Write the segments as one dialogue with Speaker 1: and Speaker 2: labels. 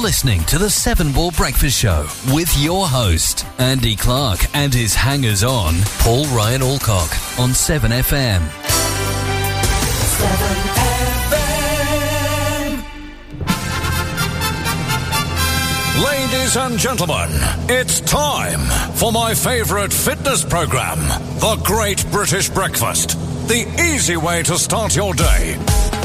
Speaker 1: listening to the Seven Ball Breakfast Show with your host, Andy Clark, and his hangers on, Paul Ryan Alcock, on 7FM.
Speaker 2: 7FM.
Speaker 3: Ladies and gentlemen, it's time for my favorite fitness program, The Great British Breakfast. The easy way to start your day.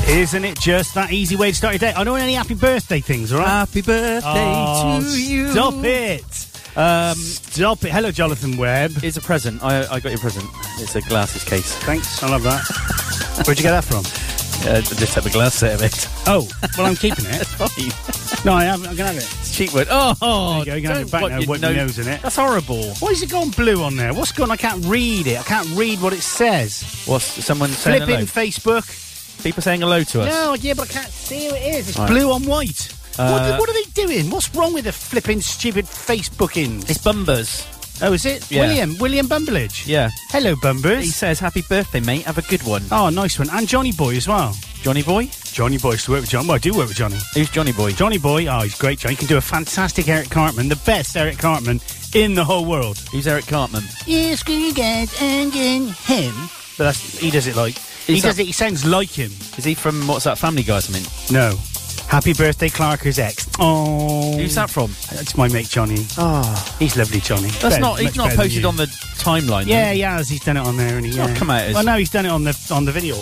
Speaker 4: Isn't it just that easy way to start your day? I don't want any happy birthday things, all right? Happy birthday
Speaker 5: to you.
Speaker 4: Stop it. Um, stop it. Hello, Jonathan Webb.
Speaker 5: It's a present. I, I got your present. It's a glasses case.
Speaker 4: Thanks. I love that. Where'd you get that from?
Speaker 5: Uh, I just had the glass out of it.
Speaker 4: Oh, well, I'm keeping it. No, I haven't. I can have it.
Speaker 5: It's cheap word. Oh,
Speaker 4: There you go. You can have it back now. Wipe your nose in it.
Speaker 5: That's horrible.
Speaker 4: Why has it gone blue on there? What's gone? I can't read it. I can't read what it says.
Speaker 5: What's someone saying
Speaker 4: Flipping
Speaker 5: hello?
Speaker 4: Facebook.
Speaker 5: People saying hello to us.
Speaker 4: No, yeah, but I can't see who it is. It's
Speaker 5: Right.
Speaker 4: blue on white.
Speaker 5: Uh,
Speaker 4: what, what are they doing? What's wrong with the flipping stupid Facebookings?
Speaker 5: It's Bumbers.
Speaker 4: Oh, is it?
Speaker 5: Yeah.
Speaker 4: William. William Bumbledge.
Speaker 5: Yeah.
Speaker 4: Hello, Bumbers.
Speaker 5: He says, happy birthday, mate. Have a good one.
Speaker 4: Oh, nice one. And Johnny Boy as well.
Speaker 5: Johnny Boy?
Speaker 4: Johnny Boy used to work with Johnny. Well, I do work with Johnny.
Speaker 5: Who's Johnny Boy?
Speaker 4: Johnny Boy, oh, he's great, Johnny. He can do a fantastic Eric Cartman, the best Eric Cartman in the whole world.
Speaker 5: Who's Eric Cartman?
Speaker 4: Yeah, screw you guys, and then him. But that's, he does it like. he
Speaker 5: He's
Speaker 4: does
Speaker 5: a-
Speaker 4: it, he sounds like him.
Speaker 5: Is he from, what's that, Family Guy or something?
Speaker 4: No. Happy birthday, Clarker's ex. Oh.
Speaker 5: Who's that from?
Speaker 4: It's my mate, Johnny.
Speaker 5: Oh.
Speaker 4: He's lovely, Johnny.
Speaker 5: That's not, he's not posted on the timeline.
Speaker 4: Yeah,
Speaker 5: then.
Speaker 4: he has. He's done it on there, and he,
Speaker 5: not
Speaker 4: yeah.
Speaker 5: come out as-
Speaker 4: Well, no, he's done it on the on the video,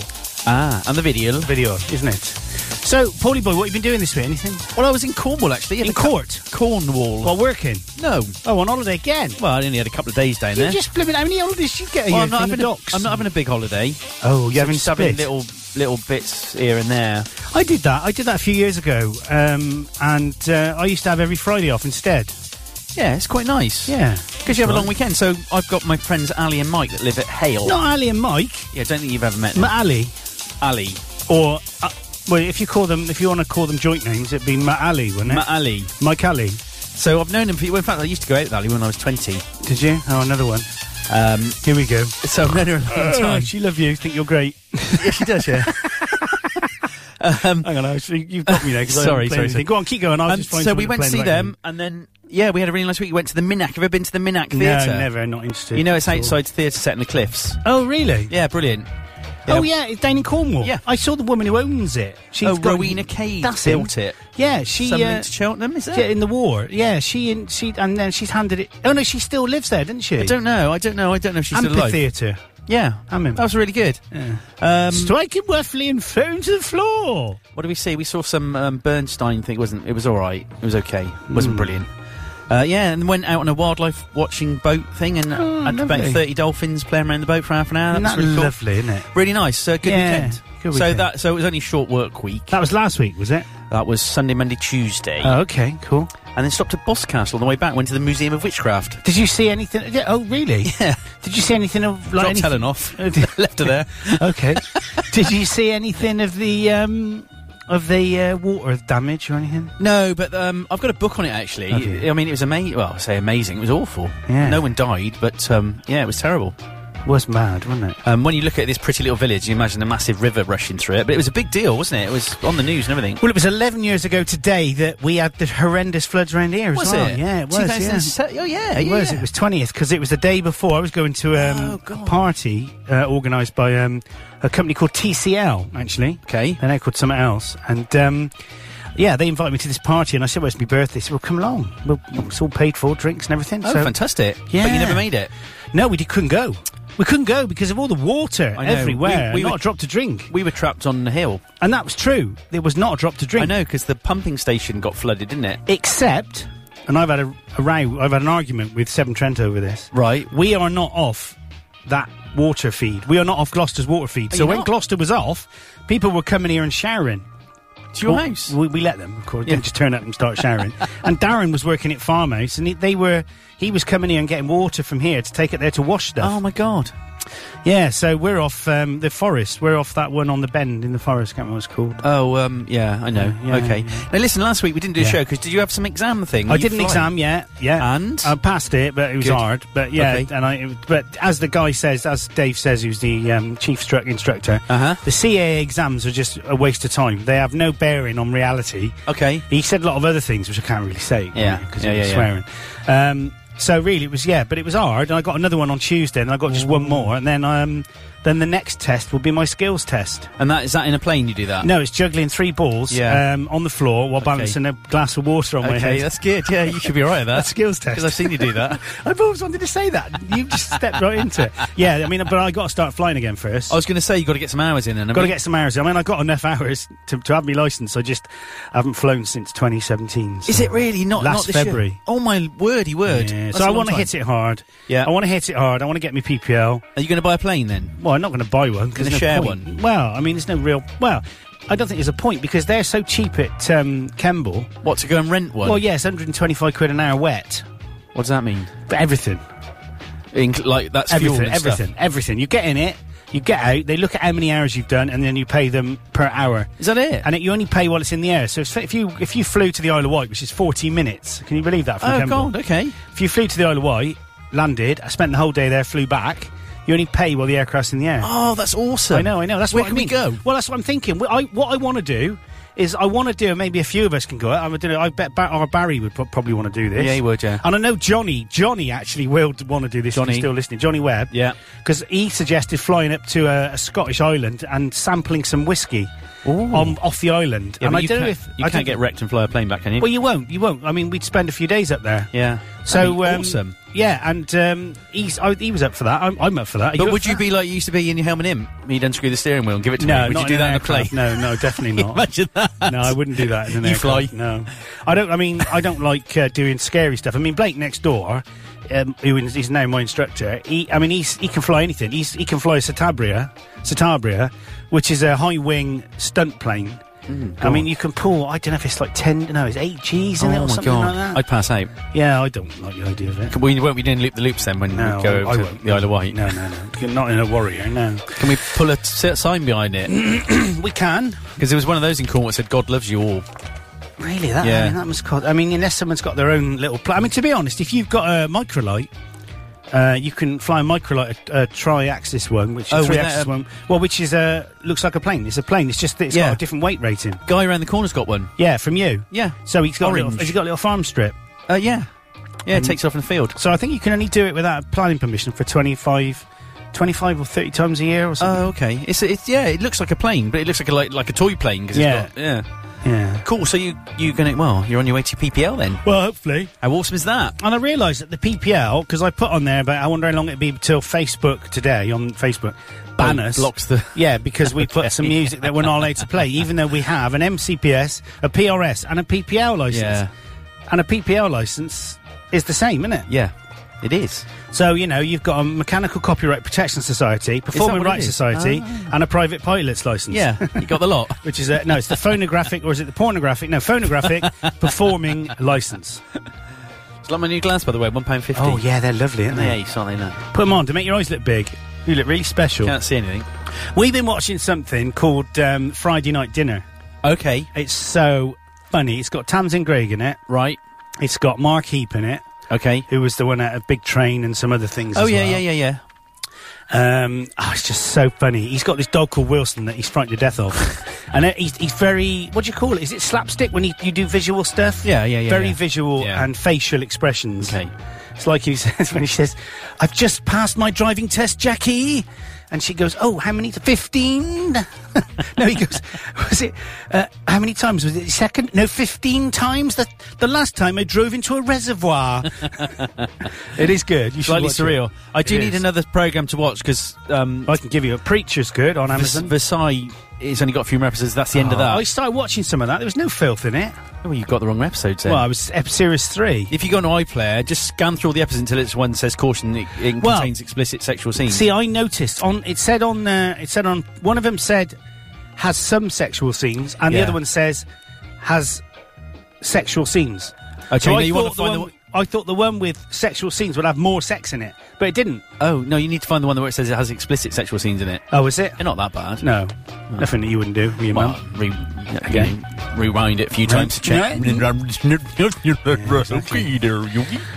Speaker 5: Ah, and the video.
Speaker 4: video, isn't it? So, Paulie boy, what have you been doing this week? Anything?
Speaker 5: Well, I was in Cornwall, actually.
Speaker 4: In court?
Speaker 5: Cornwall.
Speaker 4: While working?
Speaker 5: no.
Speaker 4: Oh, on holiday again?
Speaker 5: Well, I only had a couple of days down
Speaker 4: You
Speaker 5: there.
Speaker 4: just blimmin' how many holidays you get? a year
Speaker 5: Well, I'm, not
Speaker 4: from the
Speaker 5: having a,
Speaker 4: docks?
Speaker 5: I'm not having a big holiday.
Speaker 4: Oh, you haven't
Speaker 5: just having
Speaker 4: split.
Speaker 5: little little bits here and there.
Speaker 4: I did that. I did that a few years ago, um, and uh, I used to have every Friday off instead.
Speaker 5: Yeah, it's quite nice.
Speaker 4: Yeah,
Speaker 5: because you have a long weekend. So I've got my friends Ali and Mike that live at Hale.
Speaker 4: Not Ali and Mike,
Speaker 5: Yeah, I don't think you've ever met them.
Speaker 4: Matt Ali,
Speaker 5: Ali,
Speaker 4: or uh, well, if you call them, if you want to call them joint names, it'd be Matt Ali, wouldn't it?
Speaker 5: Matt Ali.
Speaker 4: Mike Ali.
Speaker 5: So I've known him. For, well, in fact, I used to go out with Ali when I was twenty.
Speaker 4: Did you? Oh, another one.
Speaker 5: Um,
Speaker 4: Here we go. Oh,
Speaker 5: so I've known her a long time.
Speaker 4: she love you. Think you're great.
Speaker 5: yeah, she does. Yeah. Um,
Speaker 4: Hang on, Alex, you- you've got me there. 'cause I haven't
Speaker 5: Sorry,
Speaker 4: played
Speaker 5: sorry,
Speaker 4: anything.
Speaker 5: sorry.
Speaker 4: Go on, keep going. I'll
Speaker 5: Um,
Speaker 4: just find
Speaker 5: so we
Speaker 4: something
Speaker 5: went
Speaker 4: play
Speaker 5: to see
Speaker 4: in the
Speaker 5: them,
Speaker 4: background.
Speaker 5: and then yeah, we had a really nice week. We went to the Minac. Have you ever been to the Minac Theatre?
Speaker 4: No, never. Not interested.
Speaker 5: You know, it's
Speaker 4: at all.
Speaker 5: outside the theatre set in the cliffs.
Speaker 4: Oh, really?
Speaker 5: Yeah, brilliant.
Speaker 4: Oh yeah, it's down in Cornwall.
Speaker 5: Yeah.
Speaker 4: I saw the woman who owns it. She's
Speaker 5: Oh,
Speaker 4: got-
Speaker 5: Rowena Cade
Speaker 4: That's
Speaker 5: built
Speaker 4: it.
Speaker 5: it.
Speaker 4: Yeah, she.
Speaker 5: Something
Speaker 4: Uh,
Speaker 5: to Cheltenham, is it?
Speaker 4: yeah, in the war. Yeah, she and she and then she's handed it. Oh no, she still lives there, doesn't she?
Speaker 5: I don't know. I don't know. I don't know if she's still alive.
Speaker 4: Amphitheatre.
Speaker 5: Yeah,
Speaker 4: I'm in.
Speaker 5: That was really good. Um,
Speaker 4: Striking roughly and thrown to the floor.
Speaker 5: what did we see? We saw some um, Bernstein thing, wasn't? It was all right. It was okay. It wasn't
Speaker 4: Hmm.
Speaker 5: brilliant. Uh, yeah, and went out on a wildlife watching boat thing, and uh,
Speaker 4: Oh,
Speaker 5: had
Speaker 4: lovely.
Speaker 5: about thirty dolphins playing around the boat for half an hour. That
Speaker 4: Isn't
Speaker 5: was
Speaker 4: that
Speaker 5: really cool.
Speaker 4: lovely, isn't it?
Speaker 5: Really nice. Uh, good
Speaker 4: Yeah,
Speaker 5: weekend.
Speaker 4: good
Speaker 5: So
Speaker 4: weekend.
Speaker 5: that so it was only short work week.
Speaker 4: That was last week, was it?
Speaker 5: That was Sunday, Monday, Tuesday,
Speaker 4: Oh, okay, cool.
Speaker 5: and then stopped at Boscastle on the way back. Went to the Museum of Witchcraft.
Speaker 4: Did you see anything? yeah, Oh, really?
Speaker 5: Yeah,
Speaker 4: Did you see anything of like
Speaker 5: dropped
Speaker 4: anything?
Speaker 5: Helen off. Left her there.
Speaker 4: Okay. Did you see anything of the um, of the uh, water damage or anything?
Speaker 5: No, but um, I've got a book on it
Speaker 4: Have you?
Speaker 5: actually. I mean, it was amazing. Well, I say amazing. It was awful.
Speaker 4: Yeah.
Speaker 5: No one died, but um, yeah, it was terrible.
Speaker 4: Was mad, wasn't it?
Speaker 5: Um, when you look at this pretty little village, you imagine a massive river rushing through it. But it was a big deal, wasn't it? It was on the news and everything.
Speaker 4: Well, it was 11 years ago today that we had the horrendous floods around here as
Speaker 5: Was
Speaker 4: well.
Speaker 5: it?
Speaker 4: Yeah, it was. yeah.
Speaker 5: 2007 Oh yeah,
Speaker 4: It
Speaker 5: yeah.
Speaker 4: was. It was twentieth because it was the day before. I was going to um,
Speaker 5: Oh,
Speaker 4: a
Speaker 5: God.
Speaker 4: party uh, organised by um, a company called TCL. Actually,
Speaker 5: Okay.
Speaker 4: they're now called something else. And um, yeah, they invited me to this party, and I said, "Well, it's my birthday." They said, "Well, come along. Well, it's all paid for, drinks and everything."
Speaker 5: Oh,
Speaker 4: so
Speaker 5: fantastic! But
Speaker 4: Yeah.
Speaker 5: you never made it.
Speaker 4: no, we did, couldn't go. We couldn't go because of all the water
Speaker 5: I know.
Speaker 4: everywhere.
Speaker 5: We- we
Speaker 4: not
Speaker 5: were-
Speaker 4: a drop to drink,
Speaker 5: We were trapped on the hill.
Speaker 4: and that was true. There was not a drop to drink.
Speaker 5: I know because the pumping station got flooded, didn't it?
Speaker 4: Except, and I've had a, a row. I've had an argument with Seven Trent over this.
Speaker 5: Right.
Speaker 4: we are not off that water feed. We are not off Gloucester's water feed.
Speaker 5: Are
Speaker 4: so
Speaker 5: you
Speaker 4: when
Speaker 5: not?
Speaker 4: Gloucester was off, people were coming here and showering.
Speaker 5: To your
Speaker 4: Well,
Speaker 5: house.
Speaker 4: We, we let them, of course.
Speaker 5: Yeah.
Speaker 4: Didn't just turn up and start showering. and Darren was working at Farmhouse, and he, they were he was coming here and getting water from here to take it there to wash stuff.
Speaker 5: Oh my god!
Speaker 4: Yeah, so we're off um, the forest. We're off that one on the bend in the forest. Can't remember what it's called.
Speaker 5: Oh, um, yeah, I know.
Speaker 4: Yeah, yeah,
Speaker 5: okay.
Speaker 4: yeah.
Speaker 5: Now, listen, last week we didn't do a
Speaker 4: Yeah.
Speaker 5: show because did you have some exam thing?
Speaker 4: I
Speaker 5: Were
Speaker 4: did an
Speaker 5: you
Speaker 4: exam,
Speaker 5: flying?
Speaker 4: yeah, yeah,
Speaker 5: And?
Speaker 4: I passed it, but it was
Speaker 5: Good.
Speaker 4: hard. But yeah,
Speaker 5: Okay.
Speaker 4: and I. it- But as the guy says, as Dave says, who's the um, chief struck instructor,
Speaker 5: Uh-huh.
Speaker 4: the CAA exams are just a waste of time. They have no bearing on reality.
Speaker 5: Okay.
Speaker 4: He said a lot of other things which I can't really say.
Speaker 5: Yeah.
Speaker 4: because
Speaker 5: Yeah,
Speaker 4: he was
Speaker 5: yeah,
Speaker 4: swearing. Um, so really, it was yeah, but it was hard. And I got another one on Tuesday, and I got just one more, and then um, then the next test will be my skills test.
Speaker 5: And that is that in a plane you do that?
Speaker 4: No, it's juggling three balls
Speaker 5: Yeah.
Speaker 4: um, on the floor while balancing a glass of water on my
Speaker 5: Okay,
Speaker 4: head.
Speaker 5: that's good. Yeah, you should be all right at that.
Speaker 4: skills test.
Speaker 5: Because I've seen you do that.
Speaker 4: I've always wanted to say that. You just stepped right into it. Yeah, I mean, but I got to start flying again first.
Speaker 5: I was going to say you got to get some hours in, and
Speaker 4: got to get some hours. I mean, I got enough hours to, to have my license. I just haven't flown since 2017.
Speaker 5: Is
Speaker 4: so-
Speaker 5: it really not
Speaker 4: Last
Speaker 5: not this year?
Speaker 4: February.
Speaker 5: Oh my wordy word!
Speaker 4: Yeah, so I want to hit it hard.
Speaker 5: Yeah.
Speaker 4: I want to hit it hard. I want to get my PPL.
Speaker 5: Are you going to buy a plane then?
Speaker 4: Well, I'm not going to buy one. 'cause
Speaker 5: Gonna
Speaker 4: there's no
Speaker 5: share
Speaker 4: point.
Speaker 5: one?
Speaker 4: Well, I mean, there's no real. Well, I don't think there's a point because they're so cheap at um, Kemble.
Speaker 5: What to go and rent one?
Speaker 4: Well, yes, 125 quid an hour wet.
Speaker 5: What does that mean?
Speaker 4: But everything.
Speaker 5: Inc- like that's fuel
Speaker 4: everything,
Speaker 5: and stuff.
Speaker 4: everything, everything. You get in it, you get out. They look at how many hours you've done, and then you pay them per hour.
Speaker 5: Is that it?
Speaker 4: And it, you only pay while it's in the air. So it's- if you if you flew to the Isle of Wight, which is forty minutes, can you believe that? From
Speaker 5: oh
Speaker 4: Kemble?
Speaker 5: god, okay.
Speaker 4: If you flew to the Isle of Wight, landed, I spent the whole day there, flew back. You only pay while the aircraft's in the air.
Speaker 5: Oh, that's awesome.
Speaker 4: I know, I know. That's
Speaker 5: where
Speaker 4: what
Speaker 5: can
Speaker 4: I mean.
Speaker 5: we go?
Speaker 4: Well, that's what I'm thinking. Wh- I, what I want to do is I want to do, and maybe a few of us can go. I don't know. I bet Bar- our Barry would pro- probably want to do this.
Speaker 5: Yeah, he would, yeah.
Speaker 4: And I know Johnny. Johnny actually will want to do this. Johnny's
Speaker 5: Johnny.
Speaker 4: still listening. Johnny Webb.
Speaker 5: Yeah.
Speaker 4: Because he suggested flying up to a, a Scottish island and sampling some whiskey on off the island.
Speaker 5: Yeah,
Speaker 4: and
Speaker 5: but
Speaker 4: I
Speaker 5: you
Speaker 4: don't know
Speaker 5: can't,
Speaker 4: if
Speaker 5: you
Speaker 4: I
Speaker 5: can't
Speaker 4: don't-
Speaker 5: get wrecked and fly a plane back, can you?
Speaker 4: Well, you won't. You won't. I mean, we'd spend a few days up there.
Speaker 5: yeah. That'd
Speaker 4: So
Speaker 5: be
Speaker 4: um,
Speaker 5: awesome.
Speaker 4: Yeah, and um, he's I, he was up for that. I'm, I'm up for that. Are
Speaker 5: But
Speaker 4: up
Speaker 5: would
Speaker 4: for
Speaker 5: you
Speaker 4: that?
Speaker 5: be like you used to be in your helmet imp? You'd unscrew the steering wheel and give it to
Speaker 4: No,
Speaker 5: me. Would
Speaker 4: not
Speaker 5: you do
Speaker 4: in an
Speaker 5: that on a plane?
Speaker 4: aircraft. No, no, definitely not.
Speaker 5: Imagine that.
Speaker 4: No, I wouldn't do that in an
Speaker 5: You
Speaker 4: aircraft,
Speaker 5: fly.
Speaker 4: No, I don't. I mean, I don't like uh, doing scary stuff. I mean, Blake next door, um, who is he's now my instructor. He, I mean, he's, he can fly anything. He's, he can fly a Citabria, Citabria, which is a high wing stunt plane.
Speaker 5: Mm,
Speaker 4: I mean, you can pull. I don't know if it's like ten. No, it's eight Gs in it
Speaker 5: Oh
Speaker 4: or
Speaker 5: my
Speaker 4: something
Speaker 5: god,
Speaker 4: like that.
Speaker 5: I'd pass out.
Speaker 4: yeah, I don't like the idea of it.
Speaker 5: We won't be doing loop the loops then when
Speaker 4: No,
Speaker 5: we go
Speaker 4: I, I
Speaker 5: over to
Speaker 4: won't.
Speaker 5: the Isle of Wight.
Speaker 4: No, no, no. Not in a warrior. No,
Speaker 5: Can we pull a t- sign behind it?
Speaker 4: we can.
Speaker 5: Because there was one of those in Cornwall that said, God loves you all.
Speaker 4: Really, that
Speaker 5: Yeah.
Speaker 4: I mean, that must cost. I mean, unless someone's got their own little. Pl- I mean, to be honest, if you've got a microlight, uh, you can fly a microlight, a, a tri-axis one, which
Speaker 5: Oh,
Speaker 4: is
Speaker 5: with that,
Speaker 4: axis
Speaker 5: um,
Speaker 4: one, well, which is a looks like a plane. It's a plane. It's just that it's
Speaker 5: Yeah.
Speaker 4: got a different weight rating.
Speaker 5: Guy around the corner's got one.
Speaker 4: Yeah, from you.
Speaker 5: Yeah.
Speaker 4: So he's got. A little,
Speaker 5: Orange.
Speaker 4: has he got a little farm strip?
Speaker 5: Uh, yeah. Yeah,
Speaker 4: Um,
Speaker 5: it takes off in the field.
Speaker 4: So I think you can only do it without planning permission for 25, 25 or thirty times a year or something.
Speaker 5: Oh, okay. It's, it's yeah. It looks like a plane, but it looks like a like, like a toy plane. Cause
Speaker 4: Yeah.
Speaker 5: It's got, yeah.
Speaker 4: yeah.
Speaker 5: Cool. So you you gonna well, you're on your way to PPL then. Oh,
Speaker 4: Well, hopefully.
Speaker 5: How awesome is that?
Speaker 4: And I realised that the PPL, because I put on there, but I wonder how long it'd be till Facebook today on Facebook ban
Speaker 5: Oh,
Speaker 4: us.
Speaker 5: blocks the-
Speaker 4: yeah, because we put some music that we're not allowed to play, even though we have an MCPS, a PRS, and a PPL license.
Speaker 5: Yeah.
Speaker 4: And a PPL license is the same, isn't it?
Speaker 5: Yeah. It is.
Speaker 4: So you know you've got a Mechanical Copyright Protection Society, Performing
Speaker 5: what it
Speaker 4: Rights
Speaker 5: is? Ah.
Speaker 4: Society, and a Private Pilot's License.
Speaker 5: Yeah. you got the lot.
Speaker 4: Which is a, no, it's the phonographic, or is it the pornographic? No, phonographic performing license.
Speaker 5: It's like my new glass, by the way. One pound fifty.
Speaker 4: Oh yeah, they're lovely, aren't they?
Speaker 5: Yeah, you saw they now.
Speaker 4: Put them on to make your eyes look big. You look really special.
Speaker 5: Can't see anything.
Speaker 4: We've been watching something called um, Friday Night Dinner.
Speaker 5: Okay.
Speaker 4: It's so funny. It's got Tamsin Greg in it.
Speaker 5: Right.
Speaker 4: It's got Mark Heap in it,
Speaker 5: Okay.
Speaker 4: who was the one out of Big Train and some other things.
Speaker 5: Oh
Speaker 4: as
Speaker 5: yeah,
Speaker 4: well.
Speaker 5: yeah, yeah, yeah.
Speaker 4: Um, oh, it's just so funny. He's got this dog called Wilson that he's frightened to death of, and it- he's, he's very what do you call it? Is it slapstick when you, you do visual stuff?
Speaker 5: Yeah, yeah, yeah,
Speaker 4: Very
Speaker 5: yeah.
Speaker 4: visual
Speaker 5: Yeah.
Speaker 4: and facial expressions.
Speaker 5: Okay.
Speaker 4: It's like he says when he says, "I've just passed my driving test, Jackie," and she goes, "Oh, how many? Fifteen? no, he goes, "Was it? Uh, how many times was it? Second? No, fifteen times. The the last time I drove into a reservoir. it is good. You should
Speaker 5: Slightly
Speaker 4: watch it.
Speaker 5: surreal. I do
Speaker 4: It
Speaker 5: need
Speaker 4: is.
Speaker 5: another program to watch because um,
Speaker 4: I can give you a preacher's good on
Speaker 5: Vers-
Speaker 4: Amazon.
Speaker 5: Versailles has only got a few more episodes. That's the end of that.
Speaker 4: I started watching some of that. There was no filth in it.
Speaker 5: well, you've got the wrong episodes then.
Speaker 4: Well, I was ep- series three.
Speaker 5: if you go on iPlayer, just scan through all the episodes until it's one that says caution. It, it
Speaker 4: Well-
Speaker 5: contains explicit sexual scenes.
Speaker 4: See, I noticed on it said on uh, it said on one of them said has some sexual scenes, and
Speaker 5: Yeah.
Speaker 4: the other one says has sexual scenes.
Speaker 5: okay,
Speaker 4: So
Speaker 5: now
Speaker 4: I
Speaker 5: Oh, you want
Speaker 4: thought
Speaker 5: to
Speaker 4: the
Speaker 5: find the
Speaker 4: one-
Speaker 5: one-
Speaker 4: I thought the one with sexual scenes would have more sex in it, but it didn't.
Speaker 5: Oh no, you need to find the one where it says it has explicit sexual scenes in it.
Speaker 4: Oh, is it? Oh.
Speaker 5: They're not that bad.
Speaker 4: No, nothing that you wouldn't do with your
Speaker 5: Well,
Speaker 4: mum.
Speaker 5: re- again, rewind it a few times to check.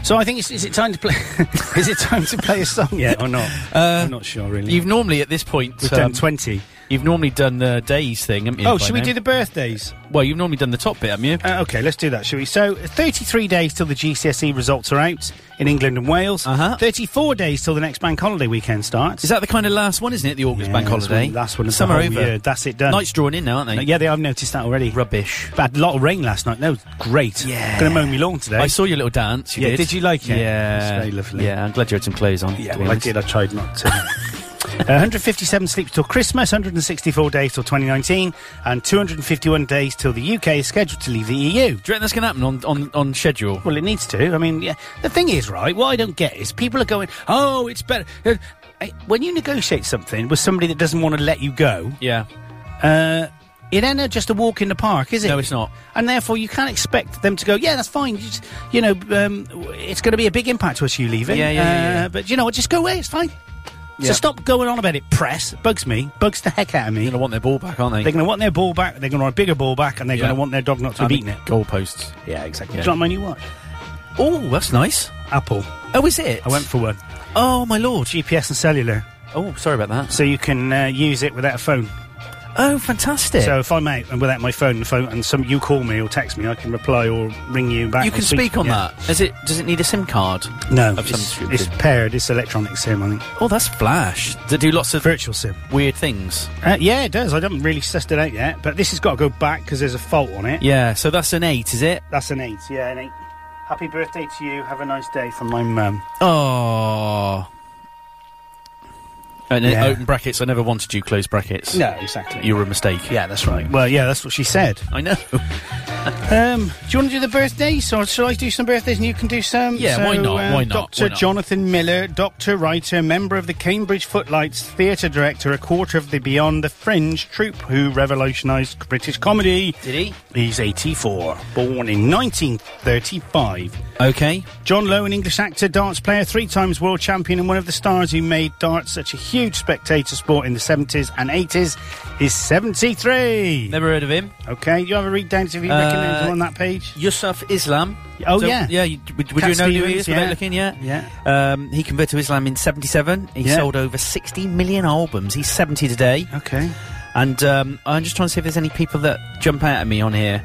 Speaker 4: So I think it's, is it time to play? is it time to play a song Uh, yet or not? I'm not sure really.
Speaker 5: You've normally at this point
Speaker 4: We've done
Speaker 5: um,
Speaker 4: twenty.
Speaker 5: You've normally done the days thing. Haven't you,
Speaker 4: Oh,
Speaker 5: by
Speaker 4: should we
Speaker 5: now?
Speaker 4: do the birthdays?
Speaker 5: Well, you've normally done the top bit, haven't you?
Speaker 4: Uh, okay, let's do that, shall we? So, 33 days till the GCSE E results are out in England and Wales.
Speaker 5: Uh-huh.
Speaker 4: 34 days till the next bank holiday weekend starts.
Speaker 5: Is that the kind of last one, isn't it? The August
Speaker 4: Yeah,
Speaker 5: bank
Speaker 4: that's
Speaker 5: holiday.
Speaker 4: one- that's one of the
Speaker 5: Summer
Speaker 4: whole
Speaker 5: over.
Speaker 4: year. That's it done.
Speaker 5: Nights drawing in now, aren't they?
Speaker 4: yeah, they, I've noticed that already.
Speaker 5: Rubbish.
Speaker 4: Bad lot of rain last night. That was great.
Speaker 5: Yeah.
Speaker 4: Going to mow me lawn today.
Speaker 5: I saw your little dance. You
Speaker 4: Yeah,
Speaker 5: did.
Speaker 4: did you like it?
Speaker 5: Yeah.
Speaker 4: It's very lovely.
Speaker 5: Yeah, I'm glad you had some clothes on.
Speaker 4: yeah,
Speaker 5: to be
Speaker 4: well, I
Speaker 5: honest.
Speaker 4: did. I tried not to. Uh, 157 sleeps till Christmas, 164 days till 2019, and 251 days till the UK is scheduled to leave the E EU.
Speaker 5: Do you reckon that's going to happen on, on, on schedule?
Speaker 4: Well, it needs to. I mean, yeah. The thing is, right? What I don't get is people are going, "Oh, it's better." Uh, eh, When you negotiate something with somebody that doesn't want to let you go,
Speaker 5: Yeah.
Speaker 4: uh, it ain't just a walk in the park, is it?
Speaker 5: No, it's not.
Speaker 4: And therefore, you can't expect them to go. Yeah, that's fine. You, just, you know, um, w- it's going to be a big impact to us you leaving.
Speaker 5: Yeah, yeah, yeah, yeah.
Speaker 4: Uh, but you know what? Just go away. It's fine.
Speaker 5: Yeah.
Speaker 4: So stop going on about it. Press bugs me. Bugs the heck out of me.
Speaker 5: They're going to want their ball back, aren't they?
Speaker 4: They're going to want their ball back. They're going to want a bigger ball back, and they're
Speaker 5: Yeah.
Speaker 4: going to want their dog not to
Speaker 5: I
Speaker 4: have
Speaker 5: mean,
Speaker 4: eaten it.
Speaker 5: Goalposts.
Speaker 4: Yeah, exactly.
Speaker 5: Yeah.
Speaker 4: Do you like my new watch?
Speaker 5: Oh, that's nice.
Speaker 4: Apple.
Speaker 5: Oh, is it?
Speaker 4: I went for one.
Speaker 5: Oh, my lord.
Speaker 4: GPS and cellular,
Speaker 5: Oh, sorry about that.
Speaker 4: so you can uh, use it without a phone.
Speaker 5: Oh, fantastic.
Speaker 4: So if I'm out and without my phone, the phone, and some you call me or text me, I can reply or ring you back.
Speaker 5: you
Speaker 4: or
Speaker 5: can speak on
Speaker 4: yeah.
Speaker 5: that. Is it? Does it need a SIM card?
Speaker 4: No,
Speaker 5: Of some
Speaker 4: it's,
Speaker 5: description.
Speaker 4: it's paired. It's electronic SIM, I think.
Speaker 5: Oh, that's Flash. They do lots of
Speaker 4: Virtual SIM.
Speaker 5: weird things.
Speaker 4: Uh, yeah, it does. I haven't really sussed it out yet, but this has got to go back because there's a fault on it.
Speaker 5: Yeah. So that's an eight, is it?
Speaker 4: That's an eight. Yeah, an eight. Happy birthday to you. Have a nice day from my mum.
Speaker 5: Oh. And then
Speaker 4: Yeah.
Speaker 5: open brackets. I never wanted you. Close brackets.
Speaker 4: No, exactly.
Speaker 5: You were a mistake.
Speaker 4: yeah, that's right. Well, yeah, that's what she said.
Speaker 5: I know.
Speaker 4: Um, do you want to do the birthdays, or shall I do some birthdays and you can do some? uh,
Speaker 5: Yeah, why not? Why not?
Speaker 4: Doctor
Speaker 5: Why not?
Speaker 4: Jonathan Miller, doctor, writer, member of the Cambridge Footlights, theatre director, a quarter of the Beyond the Fringe troupe, who revolutionised British comedy.
Speaker 5: Did he?
Speaker 4: He's 84, born in 1935.
Speaker 5: Okay.
Speaker 4: John Lowe, an English actor, darts player, three times world champion, and one of the stars who made darts such a huge spectator sport in the 70s and 80s, is 73.
Speaker 5: Never heard of him.
Speaker 4: Okay, you have a read down if you
Speaker 5: Uh,
Speaker 4: recognise him on that page.
Speaker 5: Yusuf Islam.
Speaker 4: Oh, yeah.
Speaker 5: Yeah. You, would would
Speaker 4: Cat
Speaker 5: you know who he
Speaker 4: Stevens,
Speaker 5: is without
Speaker 4: yeah.
Speaker 5: looking? Yeah.
Speaker 4: Yeah.
Speaker 5: Um, he converted to Islam in '77. He
Speaker 4: Yeah.
Speaker 5: sold over 60 million albums. He's 70 today.
Speaker 4: Okay.
Speaker 5: And um, I'm just trying to see if there's any people that jump out at me on here.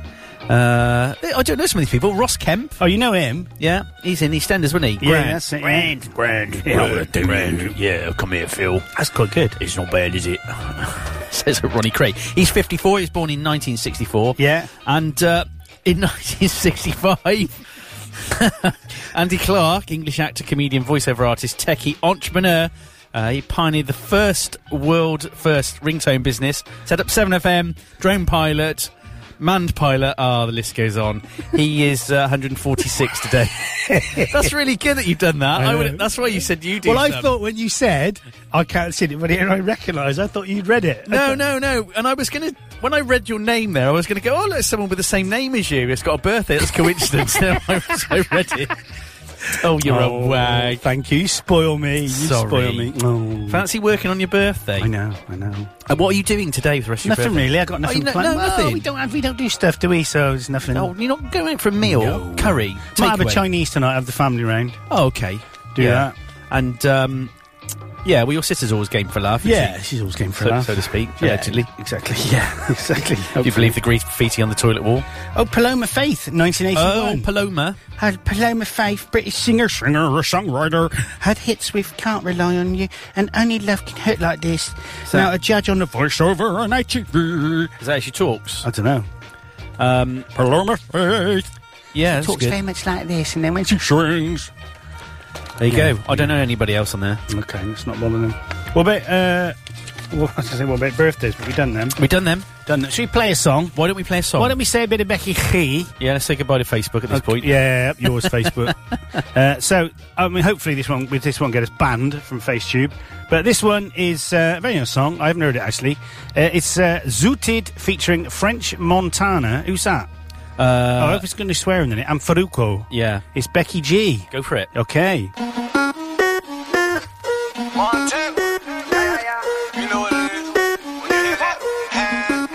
Speaker 5: Uh, I don't know some of these people. Ross Kemp,
Speaker 4: Oh, you know him?
Speaker 5: yeah, he's in EastEnders, wasn't he?
Speaker 4: Yeah, that's it. Grand.
Speaker 2: Grand.
Speaker 4: Yeah.
Speaker 2: Grand. Yeah, come here, Phil.
Speaker 4: That's quite good.
Speaker 2: It's not bad, is it?
Speaker 5: Says Ronnie Cray. He's 54. He was born in 1964.
Speaker 4: Yeah.
Speaker 5: And uh, in 1965, Andy Clark, English actor, comedian, voiceover artist, techie, entrepreneur. Uh, he pioneered the first world first ringtone business, set up 7FM, drone pilot, manned pilot. Ah, the list goes on. He is uh, 146 today. that's really good that you've done that. I
Speaker 4: know.
Speaker 5: would, that's why you said you did.
Speaker 4: Well, I
Speaker 5: some.
Speaker 4: thought when you said, I can't see it, but here I recognise, I thought you'd read it. Oh,
Speaker 5: No, no, no. And I was going to, when I read your name there, I was going to go, oh, look, someone with the same name as you. It's got a birthday. That's coincidence. so I so I read it. Oh, you're
Speaker 4: Oh,
Speaker 5: a wag.
Speaker 4: Thank you. You spoil me. You
Speaker 5: Sorry.
Speaker 4: spoil me. Oh.
Speaker 5: Fancy working on your birthday.
Speaker 4: I know, I know.
Speaker 5: And what are you doing today for the rest of your
Speaker 4: Nothing
Speaker 5: birthday?
Speaker 4: really. I got nothing
Speaker 5: you no-
Speaker 4: planned.
Speaker 5: no, nothing.
Speaker 4: we don't have, we don't do stuff, do we? So there's nothing.
Speaker 5: Oh, you're not going out for a meal? Curry?
Speaker 4: Might have a
Speaker 5: takeaway?
Speaker 4: Chinese tonight. Have the family round.
Speaker 5: Oh, okay.
Speaker 4: Do that.
Speaker 5: And, um, yeah, well, your sister's always game for a laugh. isn't she?
Speaker 4: she's always game for a
Speaker 5: So,
Speaker 4: laugh.
Speaker 5: so to speak,
Speaker 4: Yeah,
Speaker 5: allegedly.
Speaker 4: exactly. Yeah, exactly.
Speaker 5: If you believe the graffiti on the toilet wall.
Speaker 4: Oh, Paloma Faith, 1981.
Speaker 5: Oh, Paloma.
Speaker 4: had Paloma Faith, British singer, singer, songwriter, had hits with Can't Rely on You and Only Love Can Hurt Like This.
Speaker 5: So-
Speaker 4: now, a judge on the voiceover on ITV.
Speaker 5: Is that how she talks?
Speaker 4: I don't know.
Speaker 5: Um,
Speaker 4: Paloma Faith
Speaker 5: yeah, that's
Speaker 4: talks
Speaker 5: good.
Speaker 4: very much like this, and then when she sings.
Speaker 5: There you go. I don't know anybody else on there.
Speaker 4: Okay, that's not bothering them. What about, uh, well, I was going to say, what about birthdays? But we've done Oh. them.
Speaker 5: We done them.
Speaker 4: Done them. Should we play a song?
Speaker 5: Why don't we play a song?
Speaker 4: Why don't we say a bit of Becky G?
Speaker 5: Yeah, let's say goodbye to Facebook at this point.
Speaker 4: Yeah, yours, Facebook. uh, so, I mean, hopefully this one, with this one, get us banned from FaceTube. But this one is uh, a very nice song. I haven't heard it actually. Uh, it's uh, Zooted featuring French Montana. Who's that? oh, if it's going to swear in it, I'm Faruko.
Speaker 5: Yeah.
Speaker 4: It's Becky G.
Speaker 5: Go for it.
Speaker 4: Okay.
Speaker 6: One, two. You know what it is. When you hear that, hand,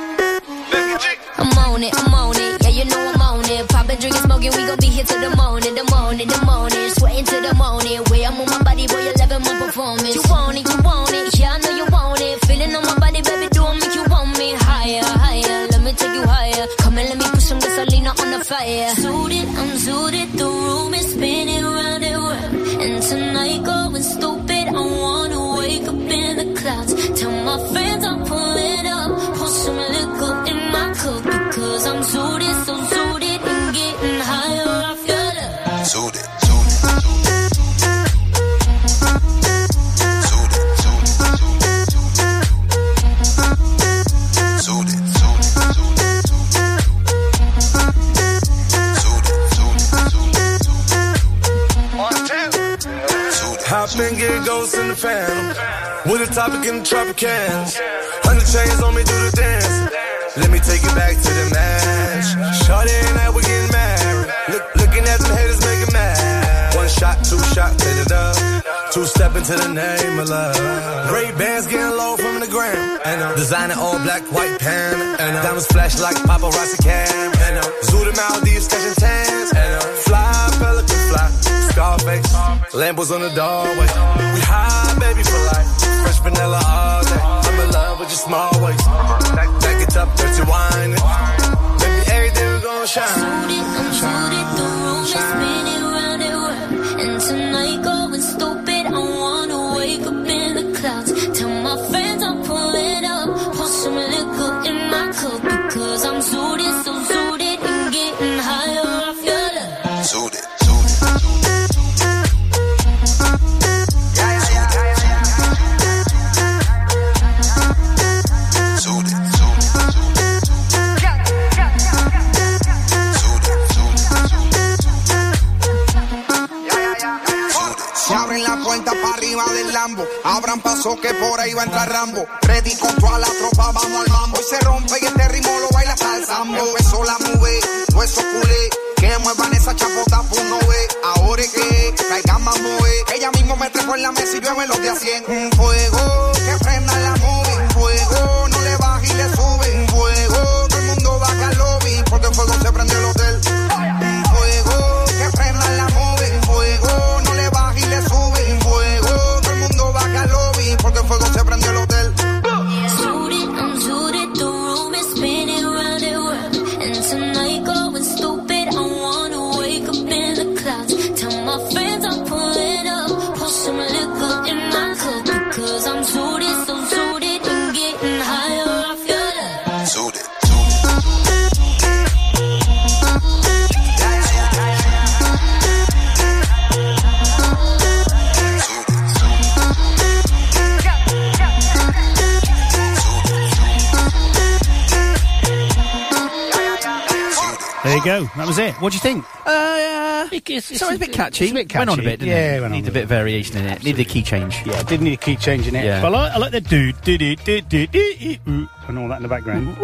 Speaker 6: make a jig.
Speaker 7: I'm on it, I'm on it. Yeah, you know I'm on it. Poppin', drinkin', smoking, we gon' be here till the morning, the morning, the morning. Sweating till the morning. Way I'm on my body, boy, you loving my performance. You want it, you want it. Yeah, I know you want it. Feeling on my body, baby, do it, make you want me higher, higher. Let me take you higher. Come and let me put some gasolina on the fire. Suited, I'm suited. The room is spinning round and round. And tonight going stupid. I wanna wake up in the clouds. Tell my friends I'm pulling up. Pour some liquor in my cup because I'm suited, so suited and getting higher. I feel it.
Speaker 6: Suit it, suit it, suit it. Suit it, suit it, suit it, suit it. Suit it, suit it, suit it, suit it. Suit it, suit it, suit it, suit it. Suit it,
Speaker 8: Hop and get ghosts in the phantom. With a topic in the Tropicana. Hundred chains on me, do the dance. Let me take you back to the match. Shawty and I, we getting married. Look, looking at them haters, make 'em mad. One shot, two shot, hit it up. Two step into the name of love. Great bands getting low from the gram. And I'm designing all black, white pan. And I'm diamonds flash like paparazzi cam. And I'm zooted Maldives, stashing tans. And I'm fly, pelican fly. Scarface, Lambos on the doorway. We high, baby, for life. Fresh vanilla all day. I'm in love with your small waist. Back, back it up, dirty wine. Baby, everything we gon' shine.
Speaker 7: suited, I'm suited. The room is spinning round and round. And tonight going stupid. I wanna wake up in the clouds. Tell my friends I'm pulling up. Pour some liquor in my cup because I'm suited, so suited and getting higher. I feel it.
Speaker 6: suit it, suit it, suit it. Suit it, suit it, suit it. Suit it, suit it, suit it. Suit it,
Speaker 9: Se abren la puerta para arriba del Lambo. Abran paso que por ahí va a entrar Rambo. Freddy con toda la tropa, vamos al mambo. Y se rompe y este ritmo lo baila hasta el sambo. Empezó la mube, todo eso culé. Que muevan esa chapota, pues no ve. Ahora es que caigan más move. Ella mismo me trepo en la mesa y llueve los de a 100. Un fuego que prenda la move. Un fuego no le baja y le sube. Un fuego, todo el mundo baja al lobby. Porque el fuego se prende el hotel. Un fuego que prenda la move. Un fuego no le baja y le sube. Un fuego, todo el mundo baja al lobby. Porque el fuego se prende el hotel.
Speaker 7: Suited, I'm suited. The room is spinning round and round. And tonight going stupid. I wanna wake up in the clouds. Tell my friends I'm pulling up. Pour some liquor in my cup because I'm suited, so suited and getting higher. I feel it.
Speaker 6: suit it, suit it.
Speaker 4: There you go. That was it. What do you think?
Speaker 5: Uh,
Speaker 4: it's-
Speaker 5: so it's a bit catchy.
Speaker 4: it's a bit
Speaker 5: Went on a
Speaker 4: catchy.
Speaker 5: bit, didn't
Speaker 4: Yeah,
Speaker 5: it?
Speaker 4: it went on
Speaker 5: Needed
Speaker 4: a
Speaker 5: a bit of variation in it. Needed a key change.
Speaker 4: Yeah, I didn't need a key change in it.
Speaker 5: Yeah.
Speaker 4: But I like, I like the do do do do do do do and all that in the background.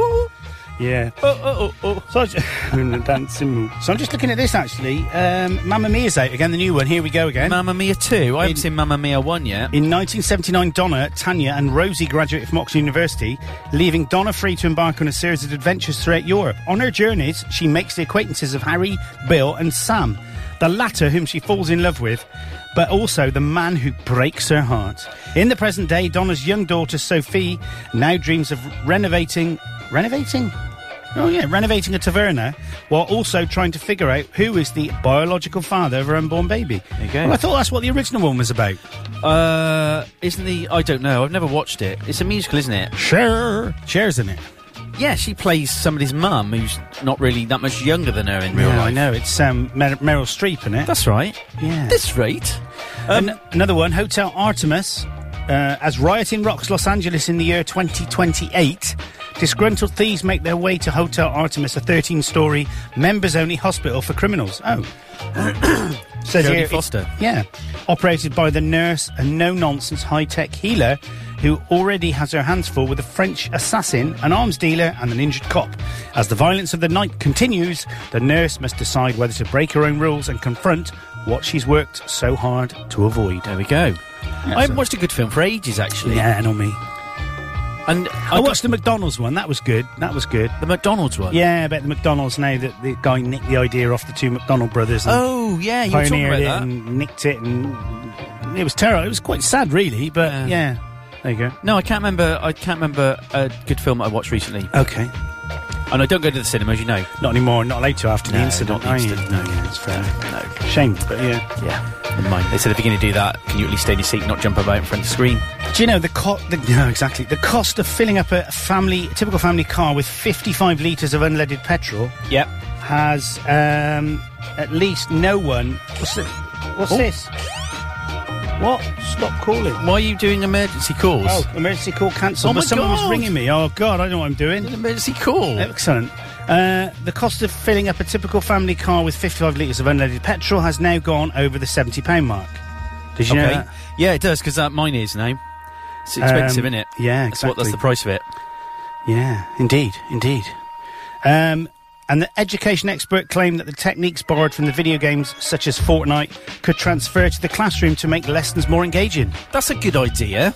Speaker 4: Yeah.
Speaker 5: Oh, oh, oh,
Speaker 4: So I just, dancing. So I'm just looking at this actually. Um, Mamma Mia's out again, the new one. Here we go again.
Speaker 5: Mamma Mia 2. I haven't
Speaker 4: In-
Speaker 5: seen Mamma Mia 1 yet.
Speaker 4: In 1979, Donna, Tanya, and Rosie graduated from Oxford University, leaving Donna free to embark on a series of adventures throughout Europe. On her journeys, she makes the acquaintances of Harry, Bill, and Sam, the latter whom she falls in love with, but also the man who breaks her heart. In the present day, Donna's young daughter, Sophie, now dreams of renovating. Renovating? Oh, yeah, renovating a taverna while also trying to figure out who is the biological father of her unborn baby.
Speaker 5: There you go.
Speaker 4: Well, I thought that's what the original one was about.
Speaker 5: Uh, isn't the. I don't know. I've never watched it. It's a musical, isn't it?
Speaker 4: Cher. Cher's in it.
Speaker 5: Yeah, she plays somebody's mum who's not really that much younger than her in real
Speaker 4: yeah, I
Speaker 5: life.
Speaker 4: know. It's um, Mer- Meryl Streep in it.
Speaker 5: That's right.
Speaker 4: Yeah.
Speaker 5: This uh, rate.
Speaker 4: An- another one, Hotel Artemis. Uh, as rioting rocks Los Angeles in the year 2028, disgruntled thieves make their way to Hotel Artemis, a 13 story, members only hospital for criminals. Oh. Says
Speaker 5: Jodie
Speaker 4: here,
Speaker 5: Foster.
Speaker 4: Yeah. Operated by the nurse, a no nonsense high tech healer who already has her hands full with a French assassin, an arms dealer, and an injured cop. As the violence of the night continues, the nurse must decide whether to break her own rules and confront what she's worked so hard to avoid.
Speaker 5: There we go. I
Speaker 4: so-
Speaker 5: haven't watched a good film for ages, actually.
Speaker 4: Yeah, Oh, not me.
Speaker 5: And
Speaker 4: I
Speaker 5: I watched
Speaker 4: watched the McDonald's one. That was good. That was good.
Speaker 5: the McDonald's one.
Speaker 4: Yeah, about the McDonald's now that the guy nicked the idea off the two McDonald brothers. And
Speaker 5: Oh, yeah, you were talking
Speaker 4: pioneered
Speaker 5: about
Speaker 4: it
Speaker 5: that.
Speaker 4: and nicked it, and it was terrible. It was quite sad, really. But
Speaker 5: Yeah.
Speaker 4: yeah, there you go.
Speaker 5: No, I can't remember. I can't remember a good film I watched recently.
Speaker 4: Okay,
Speaker 5: And I Oh, don't go to the cinema, as you know.
Speaker 4: not anymore. Not allowed to after the
Speaker 5: No,
Speaker 4: incident.
Speaker 5: not the
Speaker 4: are you?
Speaker 5: incident, no.
Speaker 4: yeah, it's fair.
Speaker 5: No.
Speaker 4: Shame, but yeah.
Speaker 5: Yeah. Never mind. They said if you're going to do that, can you at least stay in your seat, not jump about in front of the screen?
Speaker 4: Do you know the cost? No, exactly. The cost of filling up a family, typical family car with 55 litres of unleaded petrol
Speaker 5: Yep.
Speaker 4: has um, at least no one. What's, the, what's this? What? Stop calling.
Speaker 5: Why are you doing emergency calls?
Speaker 4: Oh, emergency call cancelled.
Speaker 5: Oh
Speaker 4: but
Speaker 5: my
Speaker 4: someone
Speaker 5: God.
Speaker 4: was ringing me. Oh God, I know what I'm
Speaker 5: An
Speaker 4: doing.
Speaker 5: emergency call.
Speaker 4: Excellent. Uh, the cost of filling up a typical family car with 55 litres of unleaded petrol has now gone over the £70 mark. Did you know that?
Speaker 5: Yeah, it does because that mine is now. It's expensive,
Speaker 4: Um,
Speaker 5: isn't it?
Speaker 4: yeah,
Speaker 5: That's what. That's
Speaker 4: exactly.
Speaker 5: the price of it.
Speaker 4: Yeah, indeed, indeed. Um, and the education expert claimed that the techniques borrowed from the video games, such as Fortnite, could transfer to the classroom to make lessons more engaging.
Speaker 5: That's a good idea,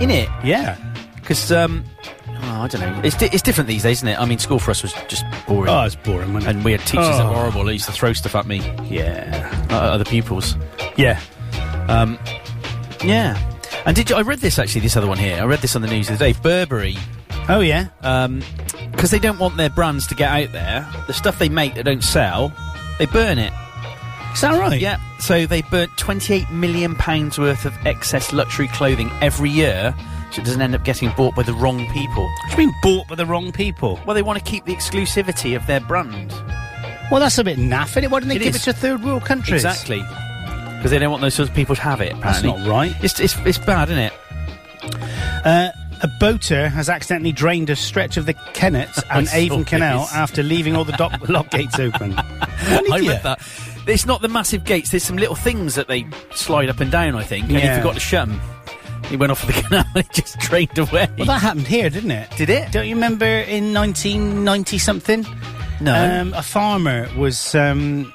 Speaker 5: in it?
Speaker 4: Yeah.
Speaker 5: Because um, oh, I don't know. It's di- it's different these days, isn't it? I mean, school for us was just boring.
Speaker 4: Oh, it's boring, wasn't it?
Speaker 5: and we had teachers that were
Speaker 4: Oh.
Speaker 5: horrible. They used to throw stuff at me,
Speaker 4: yeah.
Speaker 5: uh, other pupils.
Speaker 4: Yeah.
Speaker 5: Yeah. And did you, I read this actually? This other one here. I read this on the news the other day. Burberry,
Speaker 4: Oh, yeah.
Speaker 5: because they don't want their brands to get out there. The stuff they make, they don't sell. They burn it.
Speaker 4: Is that right?
Speaker 5: Yeah, so they burnt 28 million pounds worth of excess luxury clothing every year, so it doesn't end up getting bought by the wrong people.
Speaker 4: What do you mean bought by the wrong people?
Speaker 5: Well, they want to keep the exclusivity of their brand.
Speaker 4: Well, that's a bit naff, is it? Why don't they
Speaker 5: It
Speaker 4: give
Speaker 5: is.
Speaker 4: it to third world countries?
Speaker 5: Exactly. Because they don't want those sorts of people to have it.
Speaker 4: That's
Speaker 5: apparently.
Speaker 4: not right.
Speaker 5: It's, it's, it's bad, isn't it?
Speaker 4: Uh, a boater has accidentally drained a stretch of the Kennet
Speaker 5: I
Speaker 4: and
Speaker 5: saw
Speaker 4: Avon Canal
Speaker 5: this.
Speaker 4: after leaving all the dock lock gates open. What an
Speaker 5: I
Speaker 4: idiot.
Speaker 5: read that. It's not the massive gates. There's some little things that they slide up and down. I think, and he
Speaker 4: Yeah.
Speaker 5: forgot to shut 'em. He went off the canal. and It just drained away.
Speaker 4: Well, that happened here, didn't it?
Speaker 5: Did it?
Speaker 4: Don't you remember in 1990 something?
Speaker 5: No.
Speaker 4: Um, a farmer was um,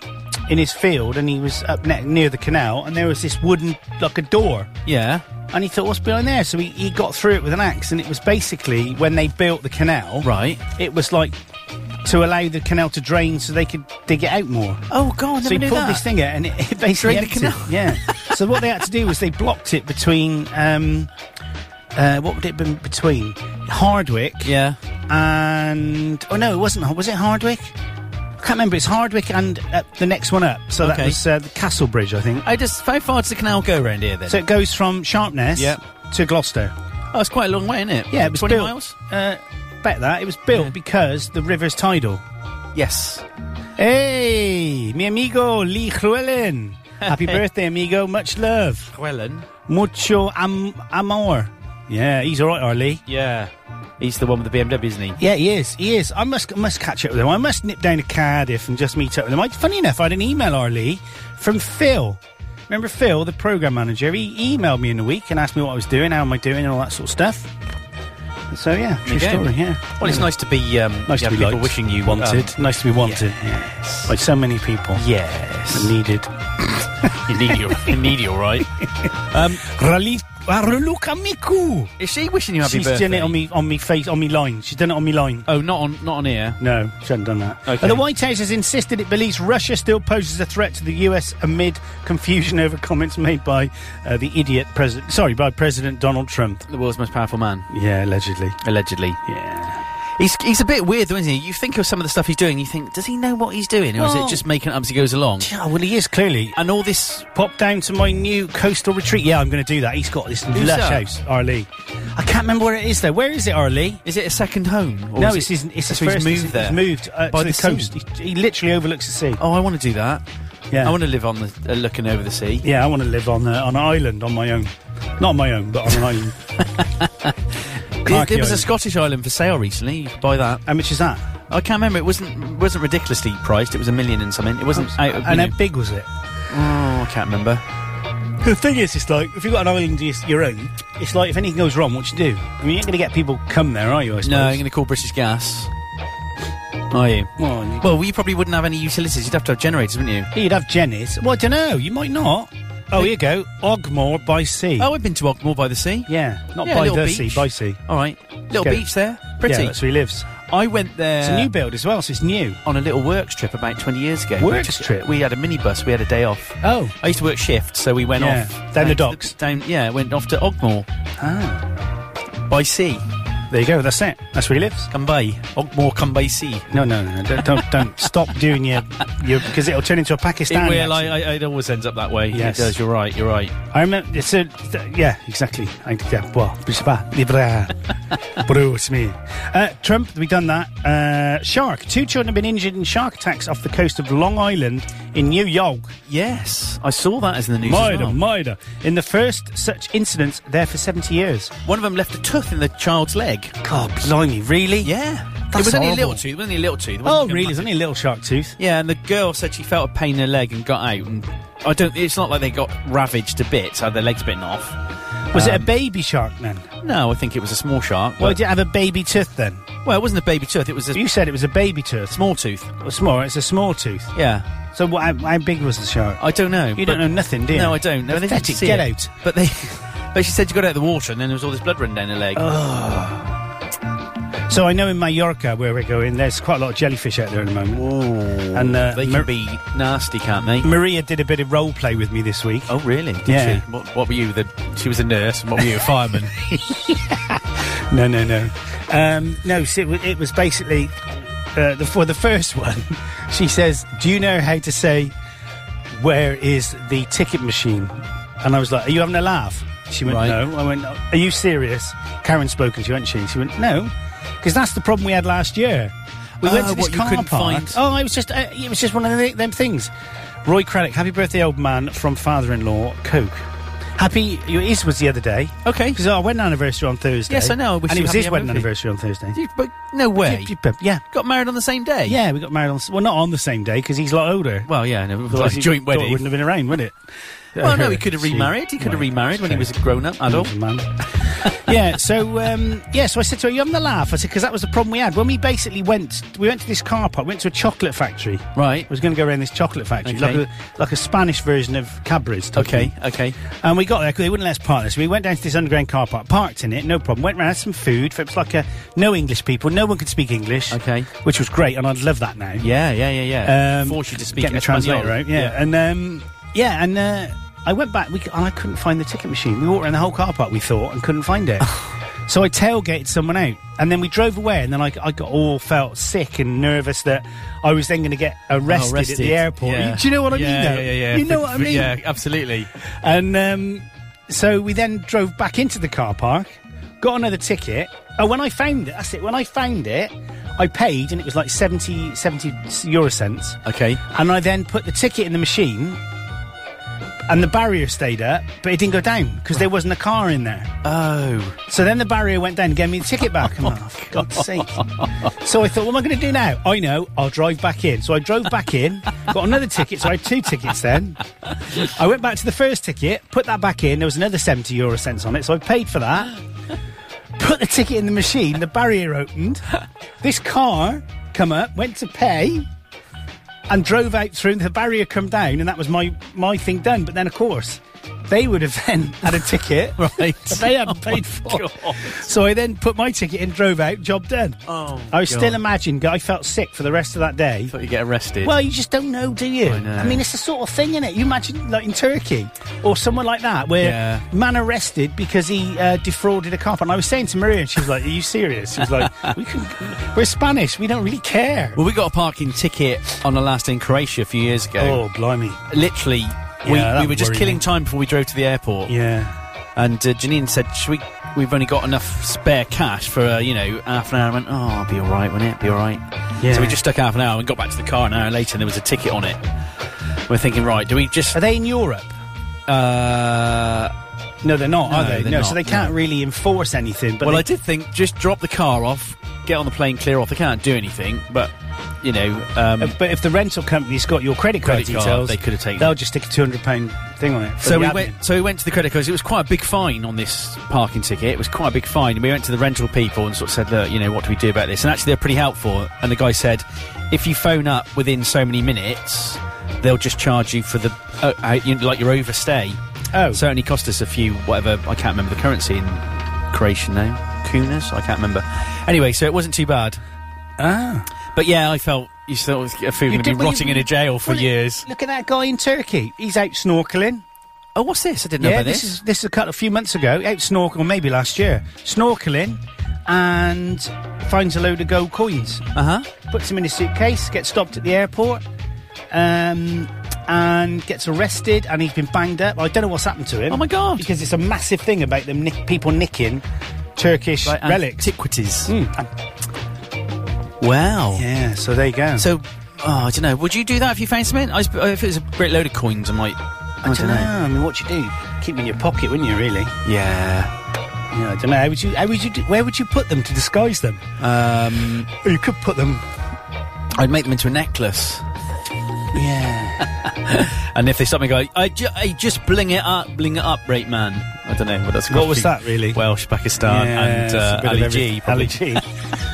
Speaker 4: in his field and he was up ne- near the canal and there was this wooden, like a door.
Speaker 5: yeah.
Speaker 4: And he thought, what's behind there? So he, he got through it with an axe and it was basically when they built the canal.
Speaker 5: Right.
Speaker 4: It was like to allow the canal to drain so they could dig it out more.
Speaker 5: Oh God! I never
Speaker 4: So he
Speaker 5: knew
Speaker 4: pulled
Speaker 5: that.
Speaker 4: this thing out, and it, it basically
Speaker 5: Drained the
Speaker 4: emptied.
Speaker 5: canal.
Speaker 4: Yeah. so what they had to do was they blocked it between, um, uh, what would it have been between Hardwick
Speaker 5: Yeah.
Speaker 4: and oh no, it wasn't. Har- Was it Hardwick? I can't remember. It's Hardwick and uh, the next one up. So
Speaker 5: Okay.
Speaker 4: that was uh, the Castle Bridge, I think.
Speaker 5: I just how far does the canal go round here then?
Speaker 4: So it goes from Sharpness
Speaker 5: Yep.
Speaker 4: to Gloucester.
Speaker 5: oh, it's quite a long way, isn't it?
Speaker 4: Yeah, it was
Speaker 5: twenty
Speaker 4: built.
Speaker 5: miles.
Speaker 4: Uh, bet that it was built because the river's tidal.
Speaker 5: Yes.
Speaker 4: Hey, mi amigo Lee Llewellyn. Happy birthday, amigo. Much love.
Speaker 5: Llewellyn.
Speaker 4: Mucho am- amor. Yeah, he's all right, Arlie.
Speaker 5: Yeah. He's the one with the BMW, isn't he?
Speaker 4: Yeah, he is. He is. I must must catch up with him. I must nip down to Cardiff and just meet up with him. I, funny enough, I had an email, Arlie, from Phil. Remember Phil, the program manager? He emailed me in the week and asked me what I was doing, how am I doing, and all that sort of stuff. So yeah, true
Speaker 5: Again.
Speaker 4: story. Yeah.
Speaker 5: Well, it's
Speaker 4: Yeah.
Speaker 5: nice to be. Um,
Speaker 4: Nice
Speaker 5: yeah,
Speaker 4: to be
Speaker 5: people
Speaker 4: liked.
Speaker 5: wishing you
Speaker 4: wanted.
Speaker 5: um,
Speaker 4: nice to be wanted by so many people.
Speaker 5: yes.
Speaker 4: Needed.
Speaker 5: you need your. You need your right.
Speaker 4: Rally. Aruluka Ah, Miku.
Speaker 5: Is she wishing you happy
Speaker 4: She's
Speaker 5: birthday?
Speaker 4: done it on me on me face on me line. She's done it on me line.
Speaker 5: Oh, not on. Not on here.
Speaker 4: No, she hadn't done that.
Speaker 5: Okay.
Speaker 4: But the White House has insisted it believes Russia still poses a threat to the US amid confusion over comments made by uh, the idiot president. Sorry, by President Donald Trump.
Speaker 5: The world's most powerful man,
Speaker 4: Yeah, allegedly.
Speaker 5: allegedly.
Speaker 4: Yeah.
Speaker 5: He's, he's a bit weird, though, isn't he? You think of some of the stuff he's doing, you think, does he know what he's doing, or is it
Speaker 4: Well-
Speaker 5: just making it up as he goes along?
Speaker 4: Yeah, Oh, well, he is clearly.
Speaker 5: And all this,
Speaker 4: Pop down to my new coastal retreat. Yeah, I'm going to do that. He's got this lush
Speaker 5: that?
Speaker 4: house, Arlie. I can't remember where it is though. Where is it, Arlie?
Speaker 5: is it a second home? Or
Speaker 4: no,
Speaker 5: Oh, is
Speaker 4: it's
Speaker 5: it-
Speaker 4: his. It's his
Speaker 5: so
Speaker 4: first.
Speaker 5: He's
Speaker 4: he's-
Speaker 5: moved there.
Speaker 4: He's moved uh,
Speaker 5: By
Speaker 4: to
Speaker 5: the
Speaker 4: the,
Speaker 5: sea.
Speaker 4: coast. He, he literally overlooks the sea.
Speaker 5: Oh, I want to do that.
Speaker 4: Yeah.
Speaker 5: I want to live on the uh, looking over the sea.
Speaker 4: Yeah, I want to live on uh, on an island on my own. Not my own, but on an island.
Speaker 5: There, there was a
Speaker 4: Island.
Speaker 5: Scottish island for sale recently. You could buy that.
Speaker 4: How much is that?
Speaker 5: I can't remember. It wasn't wasn't ridiculously priced. It was a million and something. It wasn't. out of, you
Speaker 4: And
Speaker 5: know-
Speaker 4: how big was it?
Speaker 5: oh, I can't remember.
Speaker 4: The thing is, it's like if you've got an island of your- your own, it's like if anything goes wrong, what you do? I mean, you ain't going to get people come there, are you? I suppose.
Speaker 5: No, you're going to call British Gas. Are you?
Speaker 4: Well, you-
Speaker 5: Well, we probably wouldn't have any utilities. You'd have to have generators, wouldn't you?
Speaker 4: you'd have Jenny's. Well, I don't know. You might not. Oh, here you go. Ogmore by sea.
Speaker 5: Oh, I've been to Ogmore by the sea.
Speaker 4: yeah, not
Speaker 5: Yeah,
Speaker 4: Oh, by
Speaker 5: little
Speaker 4: the
Speaker 5: beach.
Speaker 4: sea, by sea.
Speaker 5: All right, little
Speaker 4: Okay.
Speaker 5: beach there, pretty.
Speaker 4: Yeah, that's where he lives.
Speaker 5: I went there.
Speaker 4: It's a new build as well, so it's new.
Speaker 5: on a little works trip about 20 years ago. We
Speaker 4: Works
Speaker 5: just-
Speaker 4: trip?
Speaker 5: We had a minibus. We had a day off.
Speaker 4: Oh.
Speaker 5: I used to work shift, so we went
Speaker 4: Yeah,
Speaker 5: off
Speaker 4: down the
Speaker 5: to
Speaker 4: docks.
Speaker 5: down, yeah, went off to Ogmore
Speaker 4: Ah.
Speaker 5: by sea,
Speaker 4: There you go. That's it. That's where he lives.
Speaker 5: Cumbay, Ogmore, Cumbay Sea.
Speaker 4: No, no, no. Don't don't, don't stop doing your your because it'll turn into a Pakistan.
Speaker 5: It will.
Speaker 4: accent.
Speaker 5: I, I, it always ends up that way.
Speaker 4: Yes.
Speaker 5: It does. You're right. You're right.
Speaker 4: I remember. It's a, th- yeah, exactly. I, yeah, well, Bisba, Libra, Bruce me. Uh, Trump, we've done that. Uh, shark. Two children have been injured in shark attacks off the coast of Long Island in New York.
Speaker 5: Yes, I saw that as in the news. as
Speaker 4: Mida,
Speaker 5: well.
Speaker 4: Mida. In the first such incident there for 70 years.
Speaker 5: One of them left a tooth in the child's leg.
Speaker 4: God, blimey, really?
Speaker 5: Yeah, it
Speaker 4: That's
Speaker 5: was only a
Speaker 4: horrible.
Speaker 5: little tooth. It was only a little tooth. It wasn't
Speaker 4: Oh,
Speaker 5: gonna
Speaker 4: really?
Speaker 5: matter.
Speaker 4: There's only a little shark tooth.
Speaker 5: Yeah, and the girl said she felt a pain in her leg and got out. And I don't. It's not like they got ravaged to bits. Had their legs bitten off.
Speaker 4: Was it
Speaker 5: Um,
Speaker 4: a baby shark then?
Speaker 5: No, I think it was a small shark.
Speaker 4: Well,
Speaker 5: but-
Speaker 4: did it have a baby tooth then?
Speaker 5: Well, it wasn't a baby tooth. It was a
Speaker 4: You said it was a baby tooth.
Speaker 5: small tooth.
Speaker 4: Well, small. It's a small tooth.
Speaker 5: Yeah,
Speaker 4: So what, how, how big was the shark?
Speaker 5: I don't know.
Speaker 4: You don't know nothing, do you?
Speaker 5: No, I don't. No, they didn't
Speaker 4: Pathetic.
Speaker 5: see
Speaker 4: Get
Speaker 5: it.
Speaker 4: out.
Speaker 5: But they, but she said she got out of the water, and then there was all this blood running down her leg.
Speaker 4: So I know in Mallorca where we're going, there's quite a lot of jellyfish out there at the moment. And uh,
Speaker 5: they can
Speaker 4: Mar-
Speaker 5: be nasty, can't they?
Speaker 4: Maria did a bit of role play with me this week.
Speaker 5: Oh, really? Did
Speaker 4: Yeah.
Speaker 5: She? What, what were you? The she was a nurse, and what were you? A fireman?
Speaker 4: No, no, no. Um, no, so it, wa- it was basically uh, the, for the first one. She says, "Do you know how to say where is the ticket machine?" And I was like, "Are you having a laugh?" She went,
Speaker 5: Right.
Speaker 4: "No." I went, "Are you serious?" Karen spoken to, wasn't she? She went, "No," because that's the problem we had last year. We went
Speaker 5: Oh,
Speaker 4: to this
Speaker 5: what, you
Speaker 4: car
Speaker 5: couldn't
Speaker 4: park.
Speaker 5: find-
Speaker 4: Oh, it was just uh, it was just one of the, them things. Roy Craddock, happy birthday, old man, from father-in-law Coke. Happy, his was the other day.
Speaker 5: okay.
Speaker 4: Because our wedding anniversary on Thursday.
Speaker 5: Yes, I know. I wish
Speaker 4: and it
Speaker 5: you
Speaker 4: was
Speaker 5: happy
Speaker 4: his wedding
Speaker 5: anniversary.
Speaker 4: anniversary on Thursday.
Speaker 5: You- But no way.
Speaker 4: Yeah,
Speaker 5: Got married on the same day.
Speaker 4: yeah, we got married on s- well, not on the same day because he's a lot older.
Speaker 5: Well, yeah. No, it was
Speaker 4: Otherwise
Speaker 5: like a
Speaker 4: he-
Speaker 5: joint
Speaker 4: thought it
Speaker 5: wedding.
Speaker 4: wouldn't have been around, would it?
Speaker 5: Well, no, he could have remarried. He could have remarried when he was a grown-up adult.
Speaker 4: Man. yeah, so um, yeah, so I said to her, "You having a laugh?" I said because that was the problem we had when we basically went. We went to this car park, went to a chocolate factory.
Speaker 5: Right.
Speaker 4: I was going to go around this chocolate factory,
Speaker 5: Okay.
Speaker 4: like a like a Spanish version of Cadbury's. type
Speaker 5: Okay.
Speaker 4: thing.
Speaker 5: Okay.
Speaker 4: And we got there 'cause they wouldn't let us park there. So we went down to this underground car park, parked in it, no problem. Went round, had some food. It was like a no English people, no one could speak English.
Speaker 5: Okay.
Speaker 4: Which was great, and I'd love that now.
Speaker 5: Yeah. Yeah. Yeah. Yeah.
Speaker 4: Um,
Speaker 5: Force you to speak
Speaker 4: Get me a
Speaker 5: Espanol.
Speaker 4: translator, right? Yeah. And um, yeah, and uh, I went back, we, c- and I couldn't find the ticket machine. We walked around the whole car park, we thought, and couldn't find it. so I tailgated someone out, and then we drove away, and then I, I got all felt sick and nervous that I was then going to get arrested, at the airport.
Speaker 5: Oh, Yeah.
Speaker 4: Do you know what I
Speaker 5: yeah,
Speaker 4: mean? Though?
Speaker 5: Yeah, yeah, yeah.
Speaker 4: You know
Speaker 5: For-
Speaker 4: what I
Speaker 5: for-
Speaker 4: mean?
Speaker 5: Yeah, absolutely.
Speaker 4: And um, so we then drove back into the car park, got another ticket. Oh, when I found it, that's it. When I found it, I paid and it was like 70, 70 euro cents.
Speaker 5: Okay.
Speaker 4: And I then put the ticket in the machine and the barrier stayed up, but it didn't go down because there wasn't a car in there.
Speaker 5: Oh,
Speaker 4: So then the barrier went down and gave me the ticket back. I'm like, oh, for God's sake. So I thought, what am I going to do now? I know, I'll drive back in. So I drove back in, got another ticket. So I had two tickets then. I went back to the first ticket, put that back in. There was another 70 euro cents on it. So I paid for that, put the ticket in the machine. The barrier opened. This car come up, went to pay. And drove out through the barrier, come down, and that was my my thing done. But then, of course, they would have then had a ticket,
Speaker 5: right. Oh
Speaker 4: that they haven't paid for. So I then put my ticket in, drove out, job done.
Speaker 5: Oh,
Speaker 4: I was still
Speaker 5: God.
Speaker 4: imagine I felt sick for the rest of that day.
Speaker 5: Thought you get arrested.
Speaker 4: Well, you just don't know, do you?
Speaker 5: I know.
Speaker 4: mean, it's the sort of thing, isn't it? You imagine, like in Turkey or somewhere like that, where
Speaker 5: Yeah.
Speaker 4: man arrested because he uh, defrauded a cop. And I was saying to Maria, and she was like, "Are you serious?" She was like, we can, "We're Spanish. We don't really care."
Speaker 5: well, we got a parking ticket on the last day in Croatia a few years ago.
Speaker 4: Oh, blimey!
Speaker 5: Literally,
Speaker 4: that
Speaker 5: we, we were just
Speaker 4: worried
Speaker 5: killing
Speaker 4: me.
Speaker 5: time before we drove to the airport.
Speaker 4: Yeah.
Speaker 5: And uh, Janine said, Should we, we've only got enough spare cash for, uh, you know, half an hour. I went, oh, I'll be all right, won't it? Be all right.
Speaker 4: Yeah.
Speaker 5: So we just stuck half an hour and got back to the car an hour later and there was a ticket on it. We're thinking, right, do we just...
Speaker 4: Are they in Europe?
Speaker 5: Uh,
Speaker 4: No, they're not, are
Speaker 5: No,
Speaker 4: they?
Speaker 5: they're
Speaker 4: no,
Speaker 5: not,
Speaker 4: so they can't
Speaker 5: no.
Speaker 4: really enforce anything. But
Speaker 5: well,
Speaker 4: they
Speaker 5: I did think just drop the car off, get on the plane, clear off. They can't do anything, but you know, um,
Speaker 4: But if the rental company's got your credit card
Speaker 5: Credit card,
Speaker 4: details,
Speaker 5: they could have taken
Speaker 4: They'll
Speaker 5: it.
Speaker 4: just stick a two hundred pound thing on it. for
Speaker 5: So
Speaker 4: the
Speaker 5: we
Speaker 4: admin.
Speaker 5: went. So we went to the credit cards. It was quite a big fine on this parking ticket. It was quite a big fine. We went to the rental people and sort of said, "Look, you know, what do we do about this?" And actually, they're pretty helpful. And the guy said, "If you phone up within so many minutes, they'll just charge you for the uh, uh, you, like your overstay."
Speaker 4: Oh.
Speaker 5: so it only cost us a few whatever. I can't remember the currency in Croatian now. Kunas, I can't remember. Anyway, so it wasn't too bad.
Speaker 4: Ah.
Speaker 5: But yeah, I felt you sort of a food
Speaker 4: You
Speaker 5: going to be
Speaker 4: did- well,
Speaker 5: rotting
Speaker 4: you-
Speaker 5: in a jail for
Speaker 4: well, it-
Speaker 5: years.
Speaker 4: Look at that guy in Turkey. He's out snorkeling.
Speaker 5: Oh, what's this? I didn't know
Speaker 4: yeah,
Speaker 5: about
Speaker 4: this is this is a cut a few months ago. Out snorkel, maybe last year, snorkeling, and finds a load of gold coins.
Speaker 5: Uh huh.
Speaker 4: puts him in his suitcase, gets stopped at the airport, um, and gets arrested, and he's been banged up. I don't know what's happened to him.
Speaker 5: Oh my God.
Speaker 4: Because it's a massive thing about them nick- people nicking Turkish
Speaker 5: Like
Speaker 4: relics.
Speaker 5: Antiquities.
Speaker 4: Mm, and-
Speaker 5: Wow.
Speaker 4: yeah, so there you go.
Speaker 5: So, oh, I don't know. Would you do that if you found something? I sp- uh, if it was a great load of coins, I might. I,
Speaker 4: I don't know. I mean, what you do? Keep them in your pocket, wouldn't you? Really?
Speaker 5: Yeah.
Speaker 4: Yeah, I don't know. How would you? How would you? Do, where would you put them to disguise them?
Speaker 5: Um,
Speaker 4: Or you could put them.
Speaker 5: I'd make them into a necklace,
Speaker 4: Yeah.
Speaker 5: and if they stop me, go, I, ju- I just bling it up, bling it up, rate man. I don't know what that's.
Speaker 4: What was that, really?
Speaker 5: Welsh, Pakistan,
Speaker 4: Yeah,
Speaker 5: and
Speaker 4: it's a
Speaker 5: uh,
Speaker 4: bit of
Speaker 5: Ali
Speaker 4: everything.
Speaker 5: G. probably.
Speaker 4: Ali G.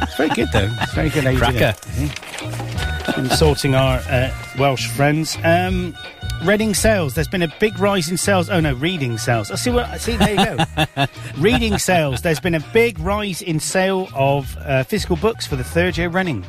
Speaker 4: it's very good though. It's very good. how you do
Speaker 5: Cracker.
Speaker 4: that. consulting our uh, Welsh friends. Um, Reading sales. There's been a big rise in sales. Oh no, reading sales. I see what I see. There you go. reading sales. There's been a big rise in sale of uh, physical books for the third year running.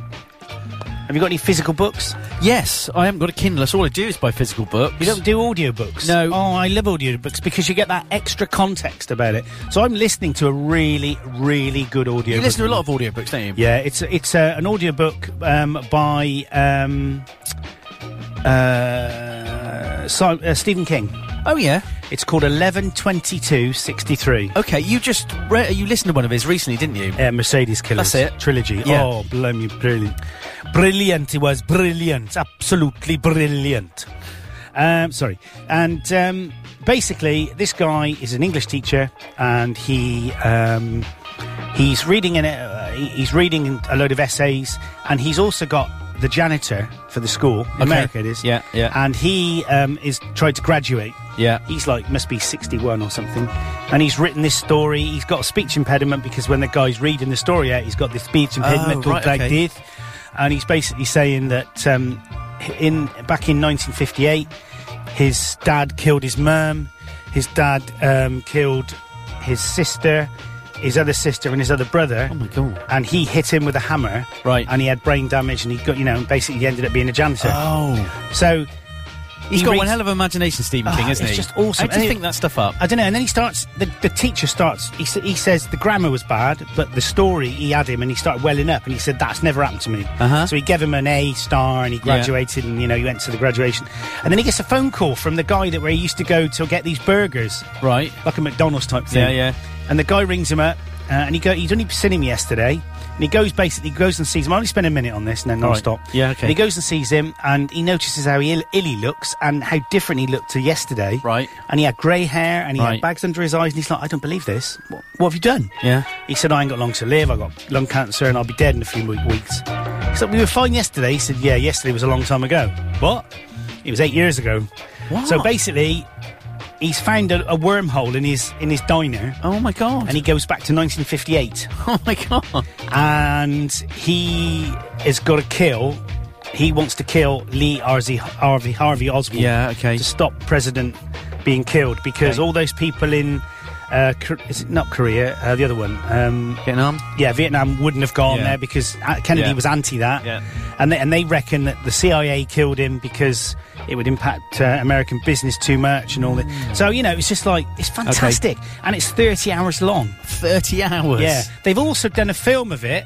Speaker 4: Have you got any physical books?
Speaker 5: Yes, I haven't got a Kindle. So all I do is buy physical books.
Speaker 4: You don't do audiobooks?
Speaker 5: No.
Speaker 4: Oh, I love audiobooks because you get that extra context about it. So I'm listening to a really, really good audio.
Speaker 5: You listen to a lot of audiobooks, don't you?
Speaker 4: Yeah, it's it's uh, an audiobook um, by um, uh, Si- uh, Stephen King.
Speaker 5: Oh yeah.
Speaker 4: It's called 112263.
Speaker 5: Okay, you just re- you listened to one of his recently, didn't you?
Speaker 4: Uh, Mercedes Killers
Speaker 5: That's it.
Speaker 4: trilogy.
Speaker 5: Yeah.
Speaker 4: Oh, blimey, brilliant. Brilliant, it was brilliant. Absolutely brilliant. Um, sorry. And um, basically, this guy is an English teacher and he. Um, He's reading an, uh, he- he's reading a load of essays, and he's also got the janitor for the school. In America, it is.
Speaker 5: Yeah, yeah.
Speaker 4: And he um, is tried to graduate.
Speaker 5: Yeah.
Speaker 4: He's like must be sixty-one or something, and he's written this story. He's got a speech impediment because when the guy's reading the story out, he's got this speech impediment
Speaker 5: Oh, right,
Speaker 4: like
Speaker 5: okay.
Speaker 4: this, and he's basically saying that um, in back in 1958, his dad killed his mum, his dad um, killed his sister, his other sister, and his other brother.
Speaker 5: Oh my god.
Speaker 4: And he hit him with a hammer,
Speaker 5: Right.
Speaker 4: And he had brain damage, and he got you know, and basically he ended up being a janitor.
Speaker 5: Oh.
Speaker 4: So
Speaker 5: He's
Speaker 4: He
Speaker 5: got
Speaker 4: reads-
Speaker 5: one hell of an imagination, Stephen
Speaker 4: Ah,
Speaker 5: King, isn't
Speaker 4: it's
Speaker 5: he?
Speaker 4: just awesome.
Speaker 5: I just
Speaker 4: And
Speaker 5: think
Speaker 4: it-
Speaker 5: that stuff up.
Speaker 4: I don't know. And then he starts. The, the teacher starts. He, s- he says the grammar was bad, but the story he had him, and he started welling up. And he said that's never happened to me.
Speaker 5: Uh-huh.
Speaker 4: So he gave him an A star, and he
Speaker 5: Yeah.
Speaker 4: graduated. And you know, he went to the graduation. And then he gets a phone call from the guy that where he used to go to get these burgers,
Speaker 5: Right.
Speaker 4: like a McDonald's type thing.
Speaker 5: Yeah, yeah.
Speaker 4: And the guy rings him up, uh, and he go. He'd only seen him yesterday, and he goes basically goes and sees him. I only spent a minute on this, and then
Speaker 5: All right.
Speaker 4: non-stop.
Speaker 5: Yeah, okay.
Speaker 4: And he goes and sees him, and he notices how ill, ill he looks and how different he looked to yesterday.
Speaker 5: Right.
Speaker 4: And he had grey hair, and he
Speaker 5: Right.
Speaker 4: had bags under his eyes, and he's like, "I don't believe this. What, what have you done?"
Speaker 5: Yeah.
Speaker 4: He said, "I ain't got long to live. I got lung cancer, and I'll be dead in a few we- weeks." He said, "We were fine yesterday." He said, "Yeah, yesterday was a long time ago." What? It was eight years ago.
Speaker 5: What?
Speaker 4: So basically, he's found a, a wormhole in his in his diner,
Speaker 5: Oh my god.
Speaker 4: and he goes back to 1958
Speaker 5: oh my god.
Speaker 4: and he has got to kill. He wants to kill Lee Harvey, Harvey, Harvey Oswald.
Speaker 5: Yeah, okay.
Speaker 4: To stop President being killed because
Speaker 5: Okay.
Speaker 4: all those people in. Uh, Kor- is it not Korea? Uh, the other one. Um,
Speaker 5: Vietnam.
Speaker 4: yeah, Vietnam wouldn't have gone
Speaker 5: Yeah.
Speaker 4: there because uh, Kennedy
Speaker 5: Yeah.
Speaker 4: was anti that.
Speaker 5: Yeah.
Speaker 4: And, they, and they reckon that the CIA killed him because it would impact uh, American business too much and all
Speaker 5: Mm.
Speaker 4: that. So, you know, it's just like, it's fantastic. And it's 30 hours long.
Speaker 5: 30 hours.
Speaker 4: Yeah, they've also done a film of it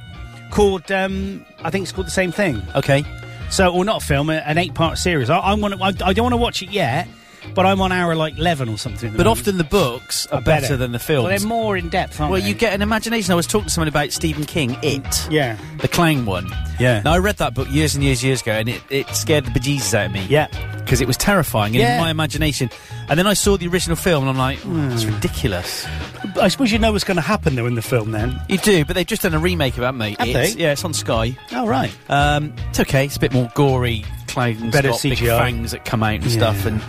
Speaker 4: called um, I think it's called the same thing.
Speaker 5: Okay.
Speaker 4: So, or not a film, a- an eight-part series. I, I want. I, I don't want to watch it yet but I'm on hour like eleven or something. at the
Speaker 5: But
Speaker 4: moment.
Speaker 5: often the books are better. than the films.
Speaker 4: Well, they're more in depth, aren't
Speaker 5: Well,
Speaker 4: they?
Speaker 5: you get an imagination. I was talking to someone about Stephen King, It.
Speaker 4: Yeah.
Speaker 5: The Clang one.
Speaker 4: Yeah.
Speaker 5: Now, I read that book years and years, years ago, and it, it scared the bejesus out of me.
Speaker 4: Yeah.
Speaker 5: Because it was terrifying, and
Speaker 4: Yeah.
Speaker 5: in my imagination. And then I saw the original film, and I'm like, "Oh, that's
Speaker 4: Hmm.
Speaker 5: ridiculous.
Speaker 4: I suppose you know what's going to happen though in the film then.
Speaker 5: You do, but they've just done a remake of that, mate.
Speaker 4: Have
Speaker 5: It.
Speaker 4: they?
Speaker 5: Yeah, it's on Sky.
Speaker 4: Oh right.
Speaker 5: Um, it's okay. It's a bit more gory. Clown's
Speaker 4: Better
Speaker 5: got big
Speaker 4: CGI.
Speaker 5: fangs that come out and
Speaker 4: Yeah.
Speaker 5: stuff, and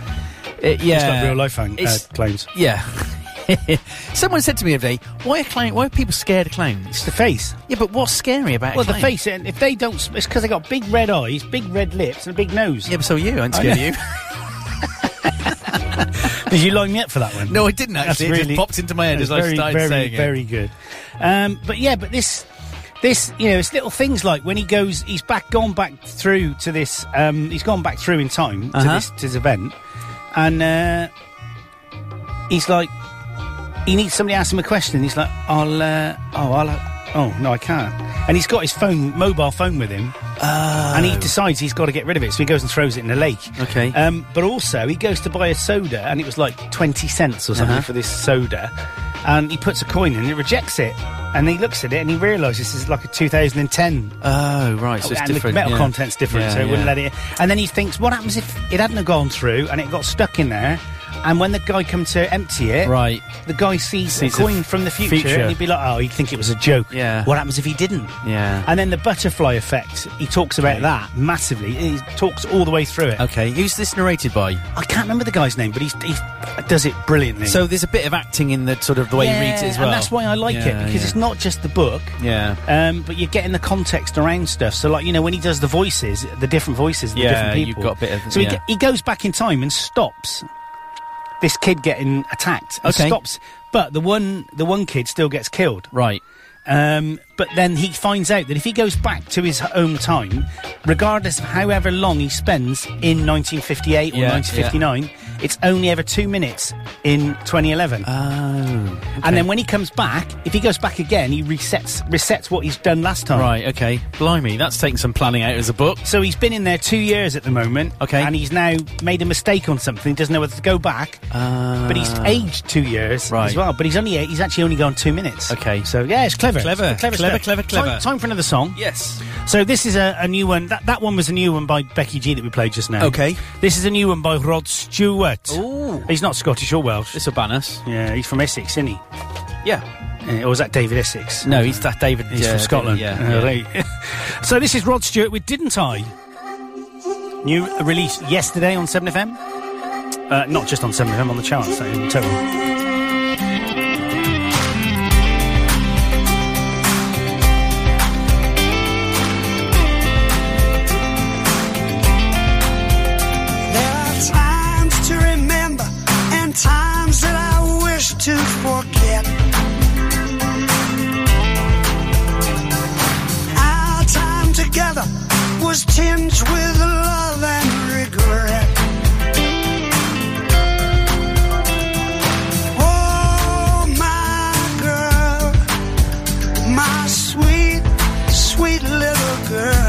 Speaker 5: it, yeah,
Speaker 4: It's got real life hang- uh,
Speaker 5: It's-
Speaker 4: clones.
Speaker 5: yeah. Someone said to me the other day, "Why are clown? Why are people scared of clowns?"
Speaker 4: The face.
Speaker 5: Yeah, but what's scary about? a
Speaker 4: Well, the
Speaker 5: clown?
Speaker 4: face, and if they don't, s- it's because they got big red eyes, big red lips, and a big nose.
Speaker 5: Yeah, but so are you. I'm scared of you.
Speaker 4: Did you line me up for that one?
Speaker 5: No, I didn't actually.
Speaker 4: That's
Speaker 5: it just popped into my head
Speaker 4: that's
Speaker 5: as I
Speaker 4: very,
Speaker 5: started
Speaker 4: very,
Speaker 5: saying it.
Speaker 4: Very good. Um, but yeah, but this, this, you know, it's little things like when he goes, he's back, gone back through to this. Um, he's gone back through in time to
Speaker 5: Uh-huh.
Speaker 4: this to this event, and uh, he's like, he needs somebody to ask him a question. He's like, I'll, uh, oh, I'll, oh no, I can't. And he's got his phone, mobile phone, with him. And he decides he's got to get rid of it, so he goes and throws it in the lake.
Speaker 5: Oh. Okay.
Speaker 4: Um, but also, he goes to buy a soda, and it was like 20 cents or something
Speaker 5: Uh-huh.
Speaker 4: for this soda. And he puts a coin in, and it rejects it. And he looks at it, and he realises it's like a 2010.
Speaker 5: Oh right, so it's
Speaker 4: and the
Speaker 5: different.
Speaker 4: metal
Speaker 5: yeah.
Speaker 4: content's different,
Speaker 5: Yeah,
Speaker 4: so it wouldn't
Speaker 5: yeah.
Speaker 4: let it. And then he thinks, what happens if it hadn't have gone through and it got stuck in there? And when the guy come to empty it,
Speaker 5: Right.
Speaker 4: the guy sees,
Speaker 5: Sees
Speaker 4: a
Speaker 5: the
Speaker 4: coin from the future,
Speaker 5: future.
Speaker 4: and he'd be like, oh, he'd think it was a joke.
Speaker 5: Yeah.
Speaker 4: What happens if he didn't?
Speaker 5: Yeah.
Speaker 4: And then the butterfly effect, he talks about that massively. He talks all the way through it.
Speaker 5: Okay, who's this narrated by?
Speaker 4: I can't remember the guy's name, but he's, he does it brilliantly.
Speaker 5: So there's a bit of acting in the sort of the way
Speaker 4: yeah,
Speaker 5: he reads it as well.
Speaker 4: And that's why I like
Speaker 5: Yeah,
Speaker 4: it, because
Speaker 5: yeah.
Speaker 4: it's not just the book.
Speaker 5: Yeah.
Speaker 4: Um, but you're getting the context around stuff. So, like, you know, when he does the voices, the different voices, of the
Speaker 5: Yeah,
Speaker 4: different
Speaker 5: you've
Speaker 4: people.
Speaker 5: got a bit of-
Speaker 4: So
Speaker 5: yeah.
Speaker 4: he, ge- he goes back in time and stops this kid getting attacked. And
Speaker 5: Okay.
Speaker 4: Stops, but the one the one kid still gets killed.
Speaker 5: Right.
Speaker 4: Um, but then he finds out that if he goes back to his own time, regardless of however long he spends in 1958 or
Speaker 5: Yeah,
Speaker 4: 1959, it's only ever two minutes in 2011.
Speaker 5: Oh.
Speaker 4: And then when he comes back, if he goes back again, he resets resets what he's done last time.
Speaker 5: Right. Okay. Blimey, that's taking some planning out as a book.
Speaker 4: So he's been in there two years at the moment.
Speaker 5: Okay.
Speaker 4: And he's now made a mistake on something. Doesn't know whether to go back.
Speaker 5: Uh,
Speaker 4: but he's aged two years
Speaker 5: Right.
Speaker 4: as well. But he's only he's actually only gone two minutes.
Speaker 5: Okay.
Speaker 4: So yeah, it's clever.
Speaker 5: Clever.
Speaker 4: It's clever,
Speaker 5: Clever,
Speaker 4: stuff.
Speaker 5: clever, clever.
Speaker 4: Time, time for another song.
Speaker 5: Yes.
Speaker 4: So this is a, a new one. That that one was a new one by Becky G that we played just now.
Speaker 5: Okay.
Speaker 4: This is a new one by Rod Stewart.
Speaker 5: Ooh.
Speaker 4: He's not Scottish or Welsh.
Speaker 5: This will ban us.
Speaker 4: Yeah, he's from Essex, isn't he?
Speaker 5: Yeah.
Speaker 4: Uh, Or was that David Essex?
Speaker 5: No, he's that David.
Speaker 4: He's
Speaker 5: yeah,
Speaker 4: from
Speaker 5: David,
Speaker 4: Scotland.
Speaker 5: Yeah. yeah.
Speaker 4: Uh, right. so this is Rod Stewart with Didn't I? New release yesterday on 7FM. Uh, not just on 7FM, on the charts, so in total.
Speaker 6: There are times to remember and times that I wish to forget. Our time together was tinged with love and regret. Oh, Oh, Oh, Oh, Oh, Oh,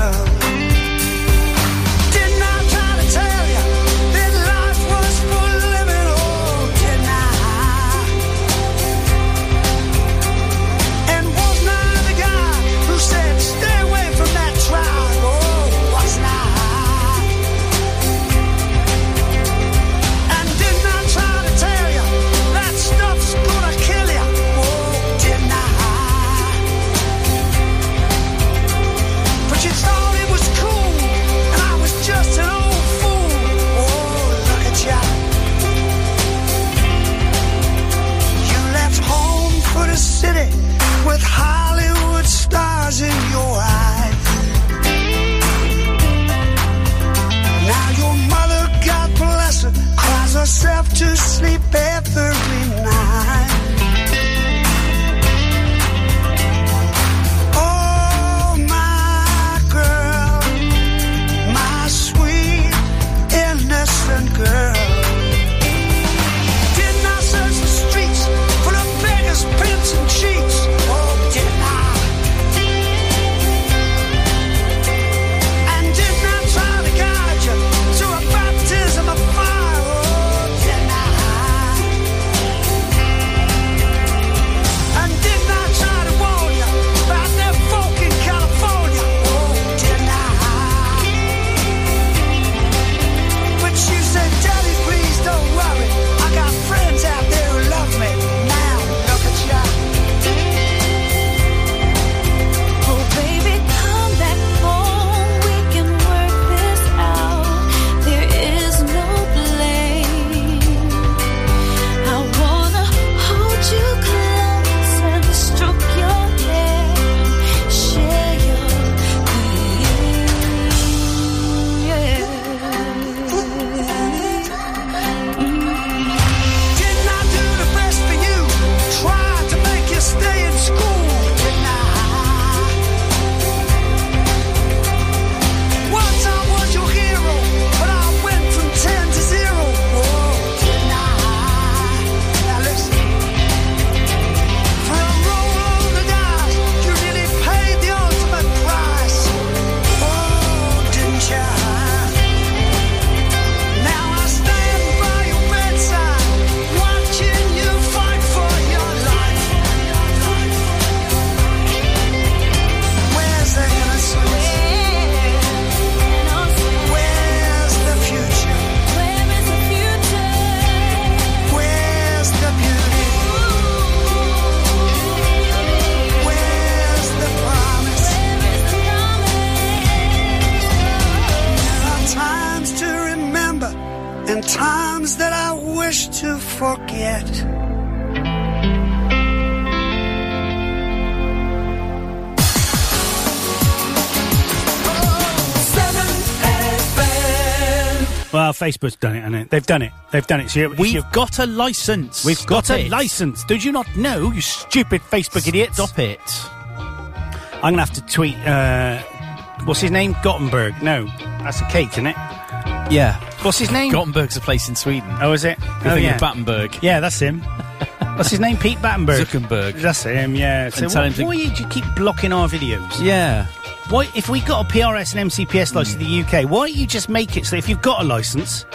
Speaker 6: Oh,
Speaker 7: Oh,
Speaker 6: Oh, forget.
Speaker 4: Well, Facebook's done it, and it? they've done it. They've done it. So you- if
Speaker 5: We've
Speaker 4: you-
Speaker 5: got a license.
Speaker 4: we've
Speaker 5: Stop
Speaker 4: got a
Speaker 5: it.
Speaker 4: license. Did you not know, you stupid Facebook idiot?
Speaker 5: Stop it.
Speaker 4: I'm gonna have to tweet. Uh, what's his name? Gothenburg. No, that's a cake, isn't it?
Speaker 5: Yeah.
Speaker 4: What's his name?
Speaker 5: Gothenburg's a place in Sweden.
Speaker 4: Hmm. oh, is it?
Speaker 5: You're
Speaker 4: oh,
Speaker 5: thinking
Speaker 4: yeah.
Speaker 5: of Battenberg.
Speaker 4: yeah, that's him. What's his name? Pete Battenberg.
Speaker 5: Zuckerberg.
Speaker 4: That's him. Yeah. So
Speaker 5: And tell
Speaker 4: why,
Speaker 5: him to-
Speaker 4: why do you keep blocking our videos?
Speaker 5: Yeah.
Speaker 4: Why, if we got a PRS and MCPS license in the UK, why don't you just make it so if you've got a license,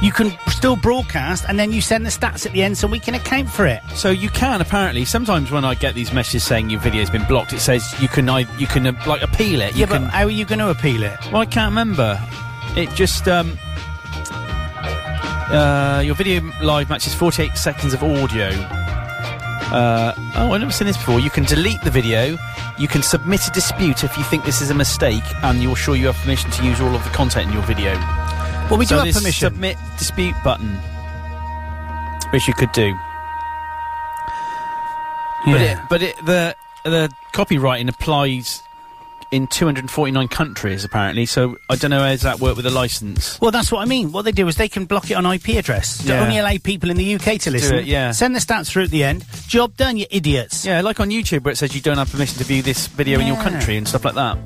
Speaker 4: you can still broadcast, and then you send the stats at the end so we can account for it.
Speaker 5: So you can apparently sometimes when I get these messages saying your video's been blocked, it says you can I, you can uh, like appeal it. You
Speaker 4: yeah,
Speaker 5: can,
Speaker 4: but how are you going to appeal it?
Speaker 5: Well, I can't remember. It just um, uh, your video live matches 48 seconds of audio. Uh, oh, I've never seen this before. You can delete the video. You can submit a dispute if you think this is a mistake, and you're sure you have permission to use all of the content in your video.
Speaker 4: Well, we
Speaker 5: so
Speaker 4: do have
Speaker 5: this
Speaker 4: permission.
Speaker 5: submit dispute button, which you could do. But it, but it, the the copywriting applies in 249 countries apparently. So I don't know how does that work with a license.
Speaker 4: well, that's what I mean. What they do is they can block it on IP address to
Speaker 5: Yeah.
Speaker 4: only allow people in the UK to listen.
Speaker 5: it, yeah.
Speaker 4: Send the stats through at the end. Job done, you idiots.
Speaker 5: Yeah, like on YouTube where it says you don't have permission to view this video in your
Speaker 4: Yeah.
Speaker 5: country and stuff like that.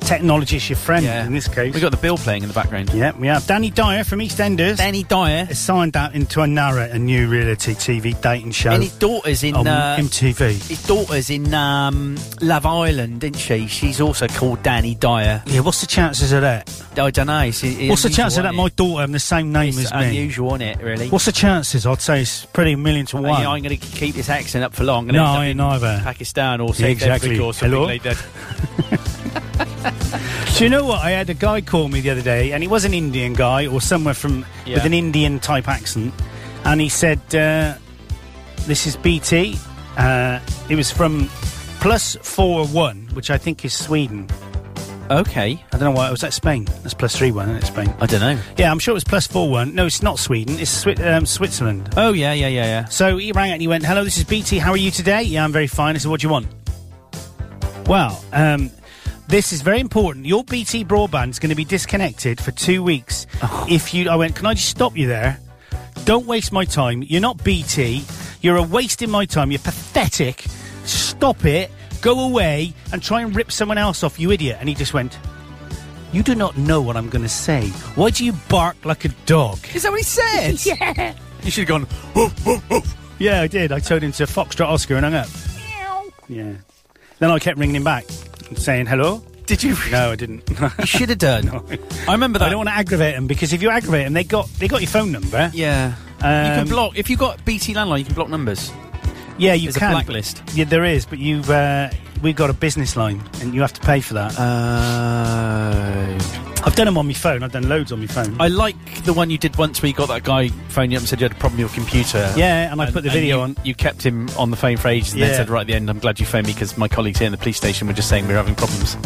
Speaker 4: Technology's your friend
Speaker 5: Yeah,
Speaker 4: in this case.
Speaker 5: we got the bill playing in the background.
Speaker 4: yeah, we have Danny Dyer from EastEnders.
Speaker 5: Danny Dyer
Speaker 4: is signed out into Anara, a new reality TV dating show
Speaker 5: and his daughter's in
Speaker 4: on
Speaker 5: uh,
Speaker 4: MTV.
Speaker 5: his daughter's in um, Love Island, isn't she? She's also called Danny Dyer.
Speaker 4: Yeah, what's the chances of that?
Speaker 5: I don't know. It's, it's
Speaker 4: What's the
Speaker 5: unusual,
Speaker 4: chance of that?
Speaker 5: isn't
Speaker 4: My
Speaker 5: it?
Speaker 4: daughter having the same name
Speaker 5: It's
Speaker 4: as me.
Speaker 5: unusual, isn't it? Really?
Speaker 4: What's the chances? I'd say it's pretty a million to
Speaker 5: Uh,
Speaker 4: one.
Speaker 5: yeah, I'm going to keep this accent up for long. and
Speaker 4: no,
Speaker 5: end up
Speaker 4: I ain't
Speaker 5: in
Speaker 4: either.
Speaker 5: Pakistan or South
Speaker 4: exactly.
Speaker 5: Africa or something
Speaker 4: Hello?
Speaker 5: like that.
Speaker 4: Do you know what? I had a guy call me the other day, and he was an Indian guy or somewhere from
Speaker 5: Yeah.
Speaker 4: with an Indian type accent, and he said, uh, "This is BT." Uh, it was from plus four one, which I think is Sweden.
Speaker 5: Okay,
Speaker 4: I don't know why it was at Spain. That's plus three one, and it's Spain.
Speaker 5: I don't know.
Speaker 4: Yeah, I'm sure it was plus four one. No, it's not Sweden. It's Swi- um, Switzerland.
Speaker 5: Oh yeah, yeah, yeah, yeah.
Speaker 4: So he rang out and he went, "Hello, this is BT. How are you today?" Yeah, I'm very fine. I said, "What do you want?" Well, um, this is very important. Your BT broadband is going to be disconnected for two weeks. If you, I went, "Can I just stop you there? Don't waste my time. You're not BT. You're a wasting my time. You're pathetic. Stop it. Go away and try and rip someone else off, you idiot." And he just went. You do not know what I'm going to say. Why do you bark like a dog?
Speaker 5: Is that what he said? yeah. You should have gone. Woof, woof, woof.
Speaker 4: Yeah, I did. I turned into Foxtrot Oscar and hung up. Yeah. Then I kept ringing him back and saying hello.
Speaker 5: Did you?
Speaker 4: No, I didn't.
Speaker 5: You should have done. I remember that.
Speaker 4: I don't want to aggravate him because if you aggravate him, they got they got your phone number.
Speaker 5: Yeah. you
Speaker 4: Um,
Speaker 5: can block if you got BT landline. You can block numbers.
Speaker 4: Yeah, you
Speaker 5: There's a
Speaker 4: can.
Speaker 5: blacklist.
Speaker 4: Yeah, there is, but you've uh, we've got a business line and you have to pay for that.
Speaker 5: Uh,
Speaker 4: I've done them on my phone. I've done loads on my phone.
Speaker 5: I like the one you did once where you got that guy phoned you up and said you had a problem with your computer.
Speaker 4: yeah, and I put the
Speaker 5: And
Speaker 4: video
Speaker 5: you,
Speaker 4: on.
Speaker 5: You kept him on the phone for ages and
Speaker 4: Yeah.
Speaker 5: then said right at the end, "I'm glad you phoned me because my colleagues here in the police station were just saying we were having problems."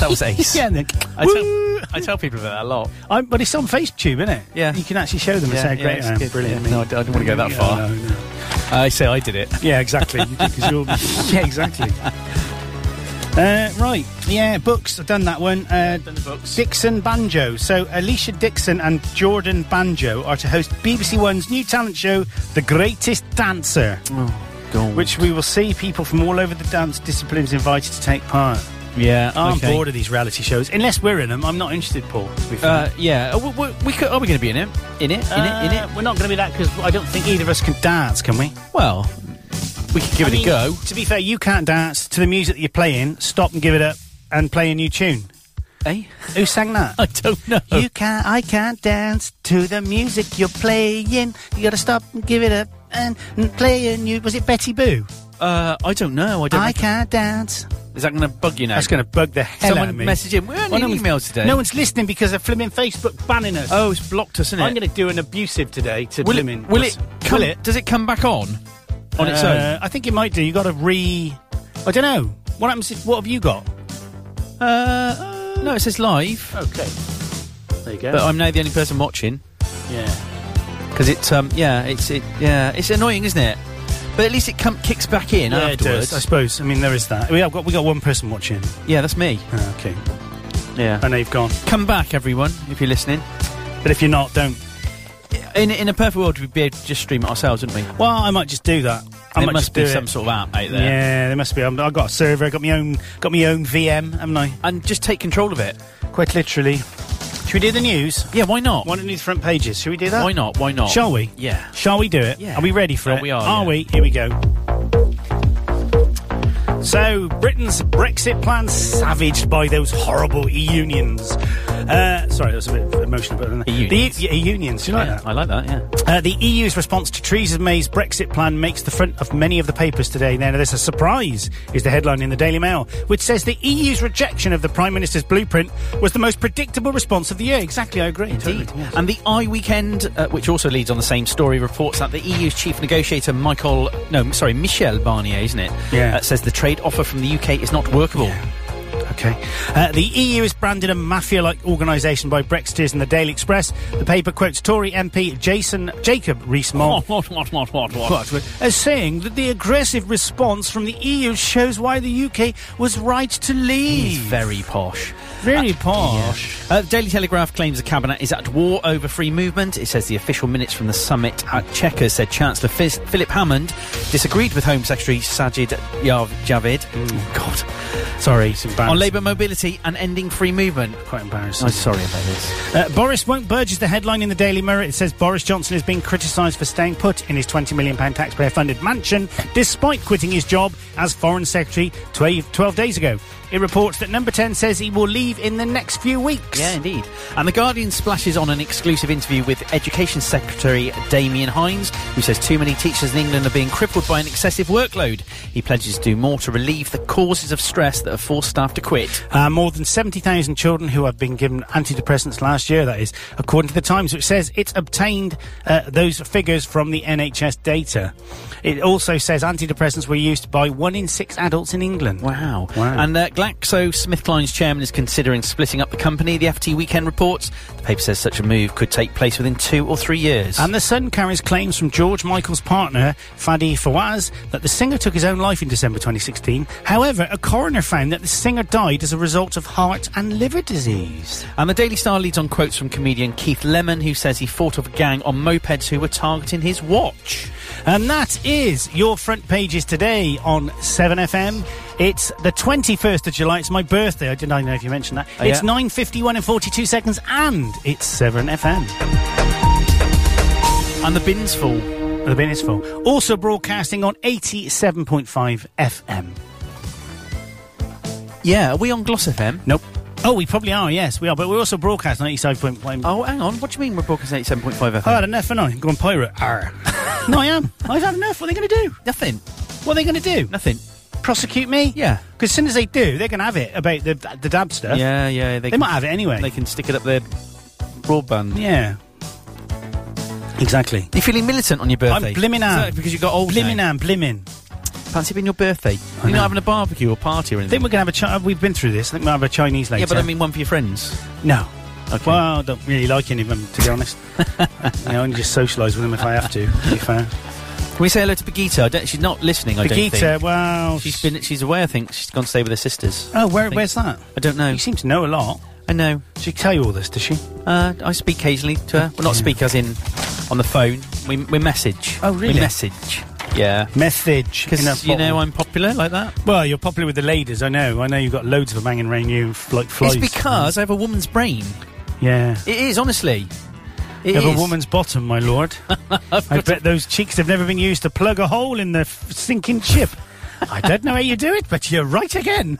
Speaker 5: that was ace.
Speaker 4: Yeah, and then,
Speaker 5: I tell, I tell people about that a lot.
Speaker 4: I, but it's on FaceTube, isn't it?
Speaker 5: Yeah.
Speaker 4: you can actually show them. and
Speaker 5: Yeah,
Speaker 4: say how
Speaker 5: yeah,
Speaker 4: great
Speaker 5: it's
Speaker 4: I am.
Speaker 5: good,
Speaker 4: Brilliant.
Speaker 5: yeah. No, I d- I didn't wanna go that
Speaker 4: Yeah,
Speaker 5: far.
Speaker 4: no, no.
Speaker 5: I say I did it.
Speaker 4: Yeah, exactly. You do, 'cause you're- yeah, exactly. Uh, right, yeah, books. I've done that one. Uh, Dixon Banjo. So Alicia Dixon and Jordan Banjo are to host BBC One's new talent show, The Greatest Dancer, which we will see people from all over the dance disciplines invited to take part.
Speaker 5: Yeah,
Speaker 4: I'm
Speaker 5: okay.
Speaker 4: bored of these reality shows. Unless we're in them, I'm not interested, Paul. to be fair.
Speaker 5: Uh, yeah, uh, we, we, we could, are we going to be in it? In it? In it? In
Speaker 4: Uh,
Speaker 5: it?
Speaker 4: We're not going to be that because I don't think either of us can dance, can we?
Speaker 5: Well, we could give
Speaker 4: I
Speaker 5: it
Speaker 4: mean,
Speaker 5: a go.
Speaker 4: To be fair, you can't dance to the music that you're playing. Stop and give it up and play a new tune.
Speaker 5: Eh?
Speaker 4: Who sang that?
Speaker 5: I oh. don't know.
Speaker 4: You can't, I can't dance to the music you're playing. You gotta stop and give it up and, and play a new. Was it Betty Boo?
Speaker 5: uh, I don't know. I don't.
Speaker 4: I
Speaker 5: know.
Speaker 4: can't dance.
Speaker 5: Is that going to bug you now?
Speaker 4: That's gonna bug the hell out
Speaker 5: Someone
Speaker 4: of me.
Speaker 5: message in. We're on
Speaker 4: Well, no
Speaker 5: an
Speaker 4: one's-
Speaker 5: email today.
Speaker 4: No one's listening because of flimming Facebook banning us.
Speaker 5: Oh, it's blocked us, isn't it?
Speaker 4: I'm gonna do an abusive today to
Speaker 5: Will
Speaker 4: flimming-
Speaker 5: it? Will it? Come,
Speaker 4: Will it?
Speaker 5: Does it come back on? On its
Speaker 4: Uh, I think it might do. You gotta re. I don't know. What happens? If, what have you got?
Speaker 5: own? Uh, no, it says live,
Speaker 4: Okay. There you go.
Speaker 5: Oh. but I'm now the only person watching.
Speaker 4: yeah.
Speaker 5: because it's um yeah it's it yeah it's annoying, isn't it? But at least it come kicks back in
Speaker 4: Yeah, it
Speaker 5: afterwards.
Speaker 4: does, I suppose. I mean, there is that. We have got we got one person watching.
Speaker 5: yeah, that's me.
Speaker 4: Ah, okay,
Speaker 5: Yeah,
Speaker 4: and they've gone.
Speaker 5: come back everyone if you're listening.
Speaker 4: But if you're not, don't.
Speaker 5: In in a perfect world, we'd be able to just stream it ourselves, wouldn't we?
Speaker 4: Well, I might just do that. I
Speaker 5: there
Speaker 4: might
Speaker 5: must
Speaker 4: just do
Speaker 5: be
Speaker 4: it.
Speaker 5: some sort of app out there.
Speaker 4: Yeah, there must be. I'm, I've got a server. I got my own. Got my own VM, haven't I?
Speaker 5: And just take control of it.
Speaker 4: Quite literally. Should we do the news?
Speaker 5: Yeah, why not?
Speaker 4: Why don't we do the front pages? Should we do that?
Speaker 5: Why not? Why not?
Speaker 4: Shall we?
Speaker 5: Yeah.
Speaker 4: Shall we do it?
Speaker 5: Yeah.
Speaker 4: Are we ready for
Speaker 5: Oh,
Speaker 4: it?
Speaker 5: we are,
Speaker 4: Are
Speaker 5: yeah.
Speaker 4: we? Here we go. So, Britain's Brexit plan savaged by those horrible E unions. Uh, sorry, that was a bit emotional. But
Speaker 5: E-unions.
Speaker 4: The E- yeah, E-unions, do you like
Speaker 5: Yeah,
Speaker 4: that?
Speaker 5: I like that. Yeah.
Speaker 4: Uh, the EU's response to Theresa May's Brexit plan makes the front of many of the papers today. Now, there's a surprise, is the headline in the Daily Mail, which says the EU's rejection of the Prime Minister's blueprint was the most predictable response of the year. Exactly, I agree.
Speaker 5: Indeed.
Speaker 4: Totally.
Speaker 5: And the Eye Weekend, uh, which also leads on the same story, reports that the EU's chief negotiator, Michael, no, sorry, Michel Barnier, isn't it?
Speaker 4: Yeah.
Speaker 5: Uh, says the trade offer from the UK is not workable.
Speaker 4: Okay. Uh, the EU is branded a mafia-like organisation by Brexiteers in the Daily Express. The paper quotes Tory MP Jason Jacob Rees-Mogg
Speaker 5: what, what, what, what,
Speaker 4: but- as saying that the aggressive response from the EU shows why the UK was right to
Speaker 5: He's
Speaker 4: leave.
Speaker 5: very posh.
Speaker 4: Very posh.
Speaker 5: Uh, the Daily Telegraph claims the cabinet is at war over free movement. It says the official minutes from the summit at Chequers said Chancellor Fis- Philip Hammond disagreed with Home Secretary Sajid Yav- Javid. God, sorry,
Speaker 4: Mm. embarrassing.
Speaker 5: on labour mobility and ending free movement.
Speaker 4: Quite embarrassing.
Speaker 5: I'm sorry about this.
Speaker 4: Uh, Boris won't budge is the headline in the Daily Mirror. It says Boris Johnson is being criticised for staying put in his £20 million taxpayer funded mansion despite quitting his job as Foreign Secretary 12, 12 days ago. It reports that Number 10 says he will leave in the next few weeks.
Speaker 5: Yeah, indeed. And The Guardian splashes on an exclusive interview with Education Secretary Damien Hines, who says too many teachers in England are being crippled by an excessive workload. He pledges to do more to relieve the causes of stress that have forced staff to quit.
Speaker 4: Uh, more than 70,000 children who have been given antidepressants last year, that is, according to the Times, which says it's obtained uh, those figures from the NHS data. It also says antidepressants were used by one in six adults in England.
Speaker 5: Wow.
Speaker 4: Wow.
Speaker 5: And uh, GlaxoSmithKline's chairman is considering splitting up the company, the FT Weekend reports. The paper says such a move could take place within two or three years.
Speaker 4: And the Sun carries claims from George Michael's partner, Fadi Fawaz, that the singer took his own life in December 2016. However, a coroner found that the singer died as a result of heart and liver disease.
Speaker 5: And the Daily Star leads on quotes from comedian Keith Lemon, who says he fought off a gang on mopeds who were targeting his watch.
Speaker 4: And that is your front pages today on 7FM. It's the 21st of July. It's my birthday. I didn't know if you mentioned that.
Speaker 5: Oh,
Speaker 4: it's
Speaker 5: yeah.
Speaker 4: 9.51 and 42 seconds, and it's 7FM.
Speaker 5: And the bin's full.
Speaker 4: The bin is full. Also broadcasting on 87.5 FM.
Speaker 5: Yeah, are we on Gloss FM?
Speaker 4: Nope. Oh, we probably are, yes, we are. But we're also broadcast 95.1.
Speaker 5: Oh, hang on. What do you mean we're broadcasting 87.5 FM?
Speaker 4: I've had enough, and Oh, I go on pirate. Arr. no, I am. I've had enough. What are they going to do?
Speaker 5: nothing.
Speaker 4: What are they going to do?
Speaker 5: Nothing.
Speaker 4: Prosecute me?
Speaker 5: Yeah.
Speaker 4: Because as soon as they do, they're going to have it about the the dab stuff.
Speaker 5: Yeah, yeah.
Speaker 4: They might have it anyway.
Speaker 5: They can stick it up their broadband.
Speaker 4: yeah. Exactly.
Speaker 5: You're feeling militant on your birthday.
Speaker 4: I'm blimmin'
Speaker 5: Is that
Speaker 4: am.
Speaker 5: Because you got old
Speaker 4: Blimmin'
Speaker 5: now?
Speaker 4: and blimmin'.
Speaker 5: Fancy being your birthday. You're
Speaker 4: know.
Speaker 5: not having a barbecue or party or
Speaker 4: I
Speaker 5: anything.
Speaker 4: think we're going to have a. Chi- we've been through this. I think we'll have a Chinese later.
Speaker 5: yeah, but I mean one for your friends.
Speaker 4: no. Well, I don't really like any of them, to be honest. You know, I only just socialise with them if I have to. To be fair.
Speaker 5: Can we say hello to Birgitta? I don't, she's not listening, I don't
Speaker 4: Birgitta,
Speaker 5: think.
Speaker 4: well,
Speaker 5: She's been, she's away, I think. She's gone to stay with her sisters.
Speaker 4: Oh, where,
Speaker 5: think-
Speaker 4: where's that?
Speaker 5: I don't know.
Speaker 4: You seem to know a lot.
Speaker 5: I know.
Speaker 4: She tell you all this, does she?
Speaker 5: Uh, I speak occasionally to her. Well, not speak as in on the phone. We, we message.
Speaker 4: Oh, really?
Speaker 5: We message. Yeah.
Speaker 4: Message. in a
Speaker 5: Because, you
Speaker 4: bottle.
Speaker 5: know, I'm popular like that.
Speaker 4: Well, you're popular with the ladies, I know. I know you've got loads of them hanging around you f- like flies.
Speaker 5: It's because I have a woman's brain.
Speaker 4: Yeah.
Speaker 5: It is, honestly. It
Speaker 4: You have a
Speaker 5: is.
Speaker 4: woman's bottom, my lord. I bet those cheeks have never been used to plug a hole in the f- sinking ship. I don't know how you do it, but you're right again.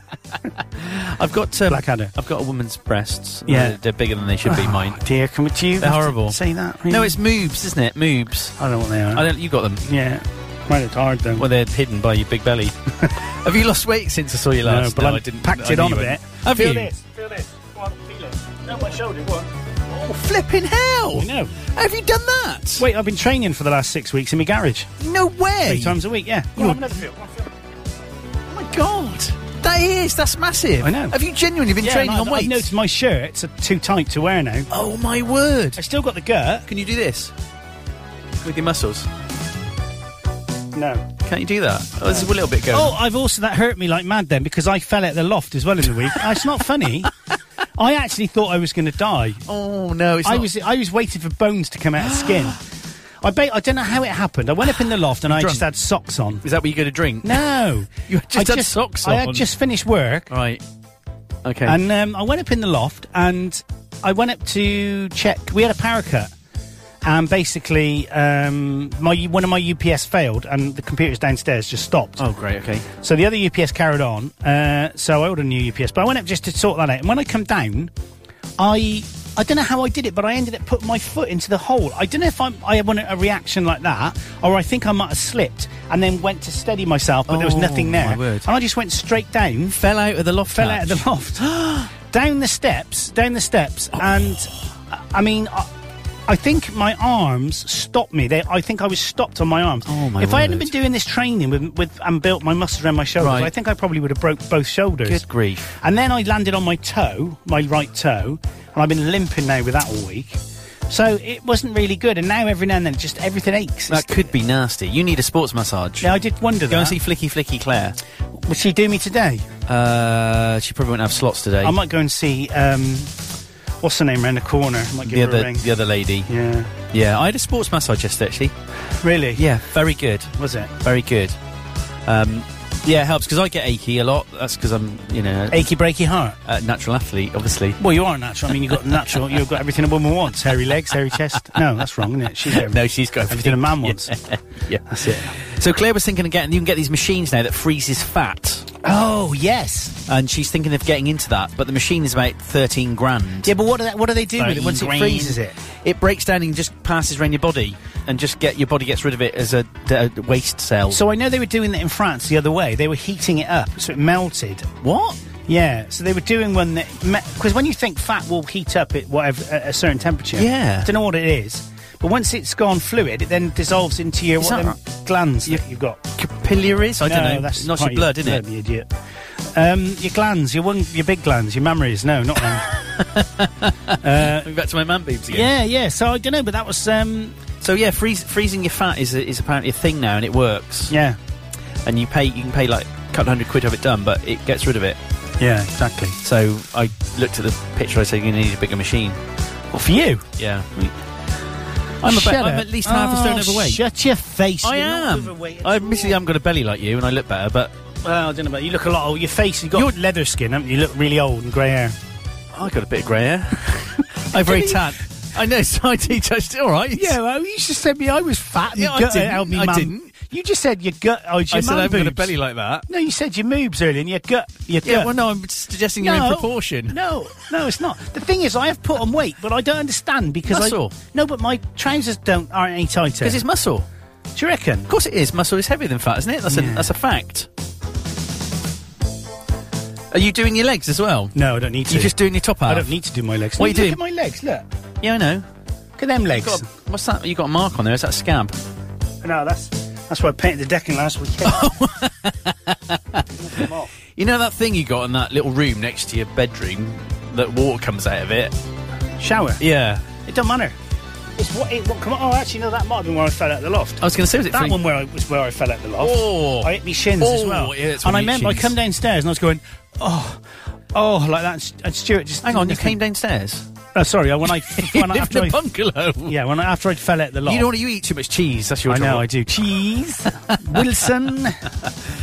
Speaker 5: I've got um,
Speaker 4: Blackadder.
Speaker 5: I've got a woman's breasts.
Speaker 4: Yeah.
Speaker 5: they're, they're bigger than they should be. Mine.
Speaker 4: Oh, dear, can we do you?
Speaker 5: They're
Speaker 4: have to
Speaker 5: horrible.
Speaker 4: Say that.
Speaker 5: No,
Speaker 4: really?
Speaker 5: it's moobs, isn't it? Moobs.
Speaker 4: I don't know what they are.
Speaker 5: I don't. You got them.
Speaker 4: Yeah. Mine are hard, though.
Speaker 5: Well, they're hidden by your big belly. Have you lost weight since I saw you
Speaker 4: No,
Speaker 5: last?
Speaker 4: but I'm
Speaker 5: I didn't.
Speaker 4: packed
Speaker 5: I
Speaker 4: it
Speaker 5: knew
Speaker 4: on a
Speaker 5: you
Speaker 4: bit.
Speaker 5: hadn't. Have
Speaker 4: feel
Speaker 5: you?
Speaker 4: this. Feel this. Go on, feel it. No, my shoulder. Go on.
Speaker 5: Oh, flipping hell!
Speaker 4: I know.
Speaker 5: Have you done that?
Speaker 4: Wait, I've been training for the last six weeks in my garage.
Speaker 5: no way!
Speaker 4: Three times a week, yeah. Go on, have another feel. Go on, feel.
Speaker 5: Oh my god, that is that's massive.
Speaker 4: I know.
Speaker 5: Have you genuinely been
Speaker 4: Yeah,
Speaker 5: training
Speaker 4: and
Speaker 5: on
Speaker 4: I've- I've
Speaker 5: weights?
Speaker 4: noticed my shirts are too tight to wear now.
Speaker 5: oh my word!
Speaker 4: I still got the gut.
Speaker 5: Can you do this? with your muscles?
Speaker 4: No.
Speaker 5: Can't you do that? Oh, there's a little bit going.
Speaker 4: Oh, I've also that hurt me like mad then because I fell at the loft as well in the week. it's not funny. I actually thought I was going to die.
Speaker 5: Oh, no, it's
Speaker 4: I
Speaker 5: not-
Speaker 4: was I was waiting for bones to come out of skin. I ba- I don't know how it happened. I went up in the loft and I
Speaker 5: Drunk.
Speaker 4: just had socks on.
Speaker 5: Is that what you go to drink?
Speaker 4: No,
Speaker 5: You had just
Speaker 4: I
Speaker 5: had socks
Speaker 4: I
Speaker 5: on.
Speaker 4: had just finished work
Speaker 5: Right. Okay.
Speaker 4: and um, I went up in the loft and I went up to check. We had a power cut, and basically, um, my one of my UPS failed, and the computers downstairs just stopped.
Speaker 5: oh, great. Okay.
Speaker 4: So the other UPS carried on. Uh, so I ordered a new UPS, but I went up just to sort that out. And when I come down, I I don't know how I did it, but I ended up putting my foot into the hole. I don't know if I'm, I want a reaction like that, or I think I might have slipped and then went to steady myself, but there was
Speaker 5: Oh,
Speaker 4: nothing there.
Speaker 5: my word.
Speaker 4: And I just went straight down,
Speaker 5: Fell out of the loft.
Speaker 4: fell out of
Speaker 5: hatch.
Speaker 4: the loft, down the steps, down the steps,
Speaker 5: Oh.
Speaker 4: and uh, I mean. I, I think my arms stopped me. They, I think I was stopped on my arms.
Speaker 5: Oh, my
Speaker 4: if I hadn't
Speaker 5: word.
Speaker 4: been doing this training with, with and built my muscles around my shoulders,
Speaker 5: Right.
Speaker 4: I think I probably would have broke both shoulders.
Speaker 5: Good grief.
Speaker 4: And then I landed on my toe, my right toe, and I've been limping now with that all week. So it wasn't really good. And now every now and then, just everything aches.
Speaker 5: That could be nasty. You need a sports massage.
Speaker 4: now I did wonder
Speaker 5: Go and
Speaker 4: that.
Speaker 5: see Flicky Flicky Claire.
Speaker 4: Will she do me today?
Speaker 5: Uh, she probably won't have slots today.
Speaker 4: I might go and see. Um, what's her name around the corner? I might give her
Speaker 5: the
Speaker 4: a
Speaker 5: other,
Speaker 4: ring.
Speaker 5: the other lady.
Speaker 4: yeah.
Speaker 5: Yeah, I had a sports massage yesterday. Actually,
Speaker 4: Really?
Speaker 5: yeah, very good,
Speaker 4: Was it
Speaker 5: very good. Um, yeah, it helps because I get achy a lot. That's because I'm, you know, a,
Speaker 4: achy breaky heart?
Speaker 5: a natural athlete, obviously.
Speaker 4: Well, you are natural. I mean, you've got natural. You've got everything a woman wants: hairy legs, hairy chest. No, that's wrong, isn't it? She's everything,
Speaker 5: No, she's got
Speaker 4: everything a man wants.
Speaker 5: Yeah.
Speaker 4: That's it.
Speaker 5: So Claire was thinking of getting. You can get these machines now that freezes fat,
Speaker 4: Oh yes.
Speaker 5: and she's thinking of getting into that. But the machine is about thirteen grand.
Speaker 4: Yeah, but what do they, what do they do with it once it
Speaker 5: Green.
Speaker 4: freezes it?
Speaker 5: It breaks down and just passes around your body, and just get your body gets rid of it as a, a waste cell.
Speaker 4: So I know they were doing that in France the other way. They were heating it up so it melted.
Speaker 5: what?
Speaker 4: Yeah, so they were doing one that because when you think fat will heat up at whatever at a certain temperature.
Speaker 5: Yeah.
Speaker 4: I don't know what it is, but once it's gone fluid, it then dissolves into your
Speaker 5: Is
Speaker 4: what
Speaker 5: that
Speaker 4: them glands that you've got.
Speaker 5: Capillaries? I don't
Speaker 4: No,
Speaker 5: know.
Speaker 4: That's
Speaker 5: not
Speaker 4: quite
Speaker 5: your blood, is it?
Speaker 4: You idiot. Um, your glands, your one, your big glands, your mammaries. No, not them.
Speaker 5: Going back to my man boobs again.
Speaker 4: yeah, yeah. So I don't know, but that was um,
Speaker 5: So yeah, freeze, freezing your fat is is apparently a thing now, and it works.
Speaker 4: yeah,
Speaker 5: And you pay, you can pay like a couple hundred quid to have it done, but it gets rid of it.
Speaker 4: yeah, exactly.
Speaker 5: So I looked at the picture. I said, "You need a bigger machine."
Speaker 4: Well, for you,
Speaker 5: Yeah. I'm,
Speaker 4: Shut
Speaker 5: about, I'm
Speaker 4: up.
Speaker 5: at least half a stone
Speaker 4: Oh,
Speaker 5: overweight.
Speaker 4: Shut your face.
Speaker 5: I
Speaker 4: You're not
Speaker 5: am.
Speaker 4: overweight at
Speaker 5: I
Speaker 4: all.
Speaker 5: admittedly haven't got a belly like you, and I look better, but
Speaker 4: Well, I don't know about you. Look a lot old. Your face, you got leather skin, haven't you? You look really old and grey hair.
Speaker 5: I got a bit of grey hair. I'm very tan. I know, so I do touched it. All right.
Speaker 4: well, you just said me I was fat
Speaker 5: Yeah, I didn't. I didn't.
Speaker 4: You just said your gut. Oh, it's your
Speaker 5: I said
Speaker 4: man
Speaker 5: I haven't got a
Speaker 4: boobs.
Speaker 5: belly like that.
Speaker 4: No, you said your moobs earlier and your gut. Your
Speaker 5: Yeah.
Speaker 4: gut.
Speaker 5: Well, no, I'm suggesting you're in proportion.
Speaker 4: No, no, it's not. The thing is, I have put on weight, but I don't understand because I.
Speaker 5: Muscle.
Speaker 4: No, but my trousers don't aren't any tighter.
Speaker 5: Because it's muscle.
Speaker 4: Do you reckon?
Speaker 5: Of course it is. Muscle is heavier than fat, isn't it? That's,
Speaker 4: Yeah.
Speaker 5: a, that's a fact. Are you doing your legs as well?
Speaker 4: No, I don't need to.
Speaker 5: You're just doing your top half?
Speaker 4: I don't need to do my legs.
Speaker 5: What
Speaker 4: Look-
Speaker 5: you doing?
Speaker 4: Look at my legs. Look.
Speaker 5: Yeah, I know.
Speaker 4: Look at them legs.
Speaker 5: Got a- what's that? you got a mark on there. Is that a scab?
Speaker 4: No, that's that's why I painted the decking last weekend. Come off.
Speaker 5: You know that thing you got in that little room next to your bedroom that water comes out of it?
Speaker 4: Shower.
Speaker 5: Yeah.
Speaker 4: It don't matter. It's what it. What, come on. Oh, actually, no. That might have been where I fell out the loft.
Speaker 5: I was going to say, was it
Speaker 4: that
Speaker 5: free-
Speaker 4: one where I was where I fell out the loft.
Speaker 5: Oh.
Speaker 4: I hit me shins as
Speaker 5: Oh,
Speaker 4: well.
Speaker 5: yeah, that's when
Speaker 4: and I
Speaker 5: you hit
Speaker 4: remember I
Speaker 5: shins.
Speaker 4: come downstairs and I was going, oh, oh, like that. And, St- and Stuart just
Speaker 5: Hang on, you
Speaker 4: nothing.
Speaker 5: came downstairs?
Speaker 4: Oh, sorry, I- when I when I,
Speaker 5: You
Speaker 4: after I
Speaker 5: live in a bungalow.
Speaker 4: yeah when I, after I fell out the loft.
Speaker 5: You don't want to eat too much cheese. That's your
Speaker 4: I know
Speaker 5: trouble.
Speaker 4: I do. Cheese, Wilson.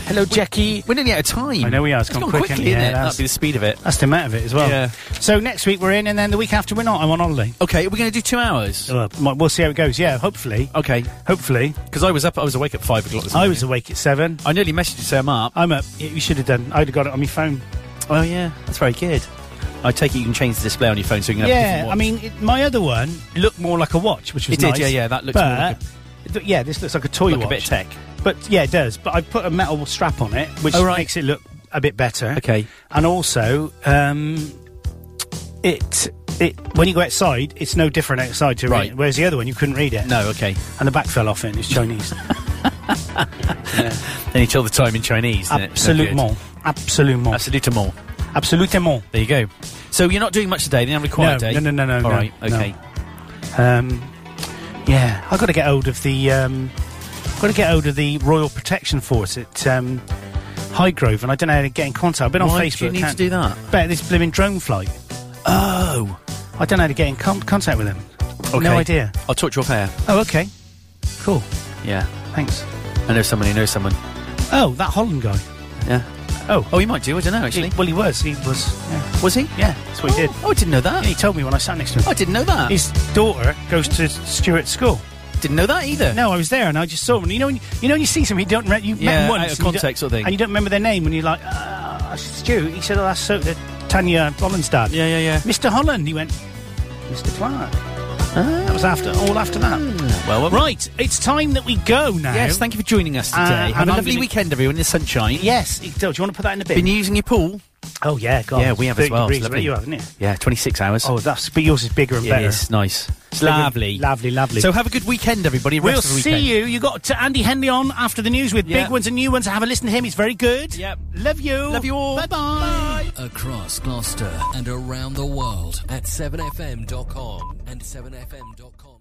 Speaker 4: Hello, Jackie.
Speaker 5: We're nearly out of time.
Speaker 4: I know we are. It's
Speaker 5: It's
Speaker 4: gone
Speaker 5: gone
Speaker 4: quick, hasn't
Speaker 5: quickly,
Speaker 4: it? Yeah,
Speaker 5: isn't it?
Speaker 4: that's-
Speaker 5: That'd be the speed of it.
Speaker 4: That's the amount of it as well.
Speaker 5: Yeah.
Speaker 4: So next week we're in, and then the week after we're not. I'm on holiday. Uh,
Speaker 5: Okay, we're going to do two hours.
Speaker 4: Well, m- We'll see how it goes. Yeah, hopefully.
Speaker 5: Okay,
Speaker 4: Hopefully.
Speaker 5: because I was up. I was awake at five o'clock. This
Speaker 4: I
Speaker 5: morning.
Speaker 4: was awake at seven.
Speaker 5: I nearly messaged you to say I'm up.
Speaker 4: I'm up. You should have done. I'd have got it on my phone.
Speaker 5: Oh yeah, that's very good. I take it you can change the display on your phone so you can have a
Speaker 4: yeah,
Speaker 5: different
Speaker 4: I
Speaker 5: watch.
Speaker 4: mean, it, my other one looked more like a watch, which was
Speaker 5: It did,
Speaker 4: nice,
Speaker 5: yeah, yeah, that looks more
Speaker 4: but, th- yeah, this looks like a toy
Speaker 5: Like a
Speaker 4: watch.
Speaker 5: bit of tech.
Speaker 4: But yeah, it does. But I put a metal strap on it, which
Speaker 5: Oh, right.
Speaker 4: makes it look a bit better.
Speaker 5: Okay.
Speaker 4: And also, um, it it when you go outside, it's no different outside to
Speaker 5: Right.
Speaker 4: read. Whereas the other one, you couldn't read it.
Speaker 5: No, okay.
Speaker 4: And the back fell off it. And it's Chinese.
Speaker 5: Then you tell the time in Chinese. isn't it? No good.
Speaker 4: Absolutement. Absolument.
Speaker 5: Absolutement.
Speaker 4: Absolutement.
Speaker 5: There you go. So you're not doing much today. You haven't had a quiet
Speaker 4: No,
Speaker 5: day.
Speaker 4: no, no, no, no,
Speaker 5: All
Speaker 4: no,
Speaker 5: right.
Speaker 4: no.
Speaker 5: Okay.
Speaker 4: Um, Yeah, I've got to get hold of the. Um, got to get hold of the Royal Protection Force at um, Highgrove, and I don't know how to get in contact. I've been on
Speaker 5: Why
Speaker 4: Facebook.
Speaker 5: do you need
Speaker 4: can't-
Speaker 5: to do that?
Speaker 4: About this blooming drone flight. Oh, I don't know how to get in con- contact with them. No idea.
Speaker 5: I'll talk to your pair.
Speaker 4: Oh, okay. Cool.
Speaker 5: Yeah.
Speaker 4: Thanks.
Speaker 5: I know someone who knows someone.
Speaker 4: Oh, that Holland guy.
Speaker 5: Yeah.
Speaker 4: Oh,
Speaker 5: Oh, he might do. I don't know,
Speaker 4: he-
Speaker 5: actually.
Speaker 4: well, he was. He was. Yeah,
Speaker 5: Was he?
Speaker 4: yeah that's what he did.
Speaker 5: Oh, I didn't know that.
Speaker 4: And he told me when I sat next to him.
Speaker 5: I didn't know that.
Speaker 4: His daughter goes to Stuart School.
Speaker 5: didn't know that either.
Speaker 4: No, I was there and I just saw them. You know, when you, you know, when you see somebody you don't re- you
Speaker 5: Yeah,
Speaker 4: met once,
Speaker 5: out of
Speaker 4: and you don't-
Speaker 5: context sort of thing.
Speaker 4: and you don't remember their name, and you're like, uh, Stu. He said, "Oh, that's so, that Tanya Holland's dad."
Speaker 5: Yeah, yeah, yeah.
Speaker 4: Mr. Holland. He went, Mr. Clark. That was after all after that.
Speaker 5: Well, well,
Speaker 4: Right, it's time that we go now.
Speaker 5: Ah. Yes, thank you for joining us today.
Speaker 4: Uh,
Speaker 5: Have
Speaker 4: and
Speaker 5: a
Speaker 4: I'm
Speaker 5: lovely
Speaker 4: gonna-
Speaker 5: weekend, everyone, in the sunshine.
Speaker 4: Yes, do you want to put that in a
Speaker 5: Been
Speaker 4: bin?
Speaker 5: using your pool?
Speaker 4: oh yeah, God.
Speaker 5: Yeah, we have as
Speaker 4: 30
Speaker 5: well. It's
Speaker 4: Degrees,
Speaker 5: lovely.
Speaker 4: you have, haven't you?
Speaker 5: Yeah, 26 hours.
Speaker 4: Oh, that's but yours is bigger and
Speaker 5: Yeah,
Speaker 4: better.
Speaker 5: it's nice. It's
Speaker 4: Bigger-
Speaker 5: lovely.
Speaker 4: lovely, lovely.
Speaker 5: So have a good weekend, everybody. Rest
Speaker 4: We'll
Speaker 5: of the
Speaker 4: see
Speaker 5: weekend.
Speaker 4: you. You got to Andy Henley on after the news with
Speaker 5: Yeah.
Speaker 4: big ones and new ones. Have a listen to him. He's very good.
Speaker 5: Yep.
Speaker 4: Love you.
Speaker 5: Love you all.
Speaker 4: Bye-bye.
Speaker 1: Across Gloucester and around the world at 7fm.com and 7fm.com.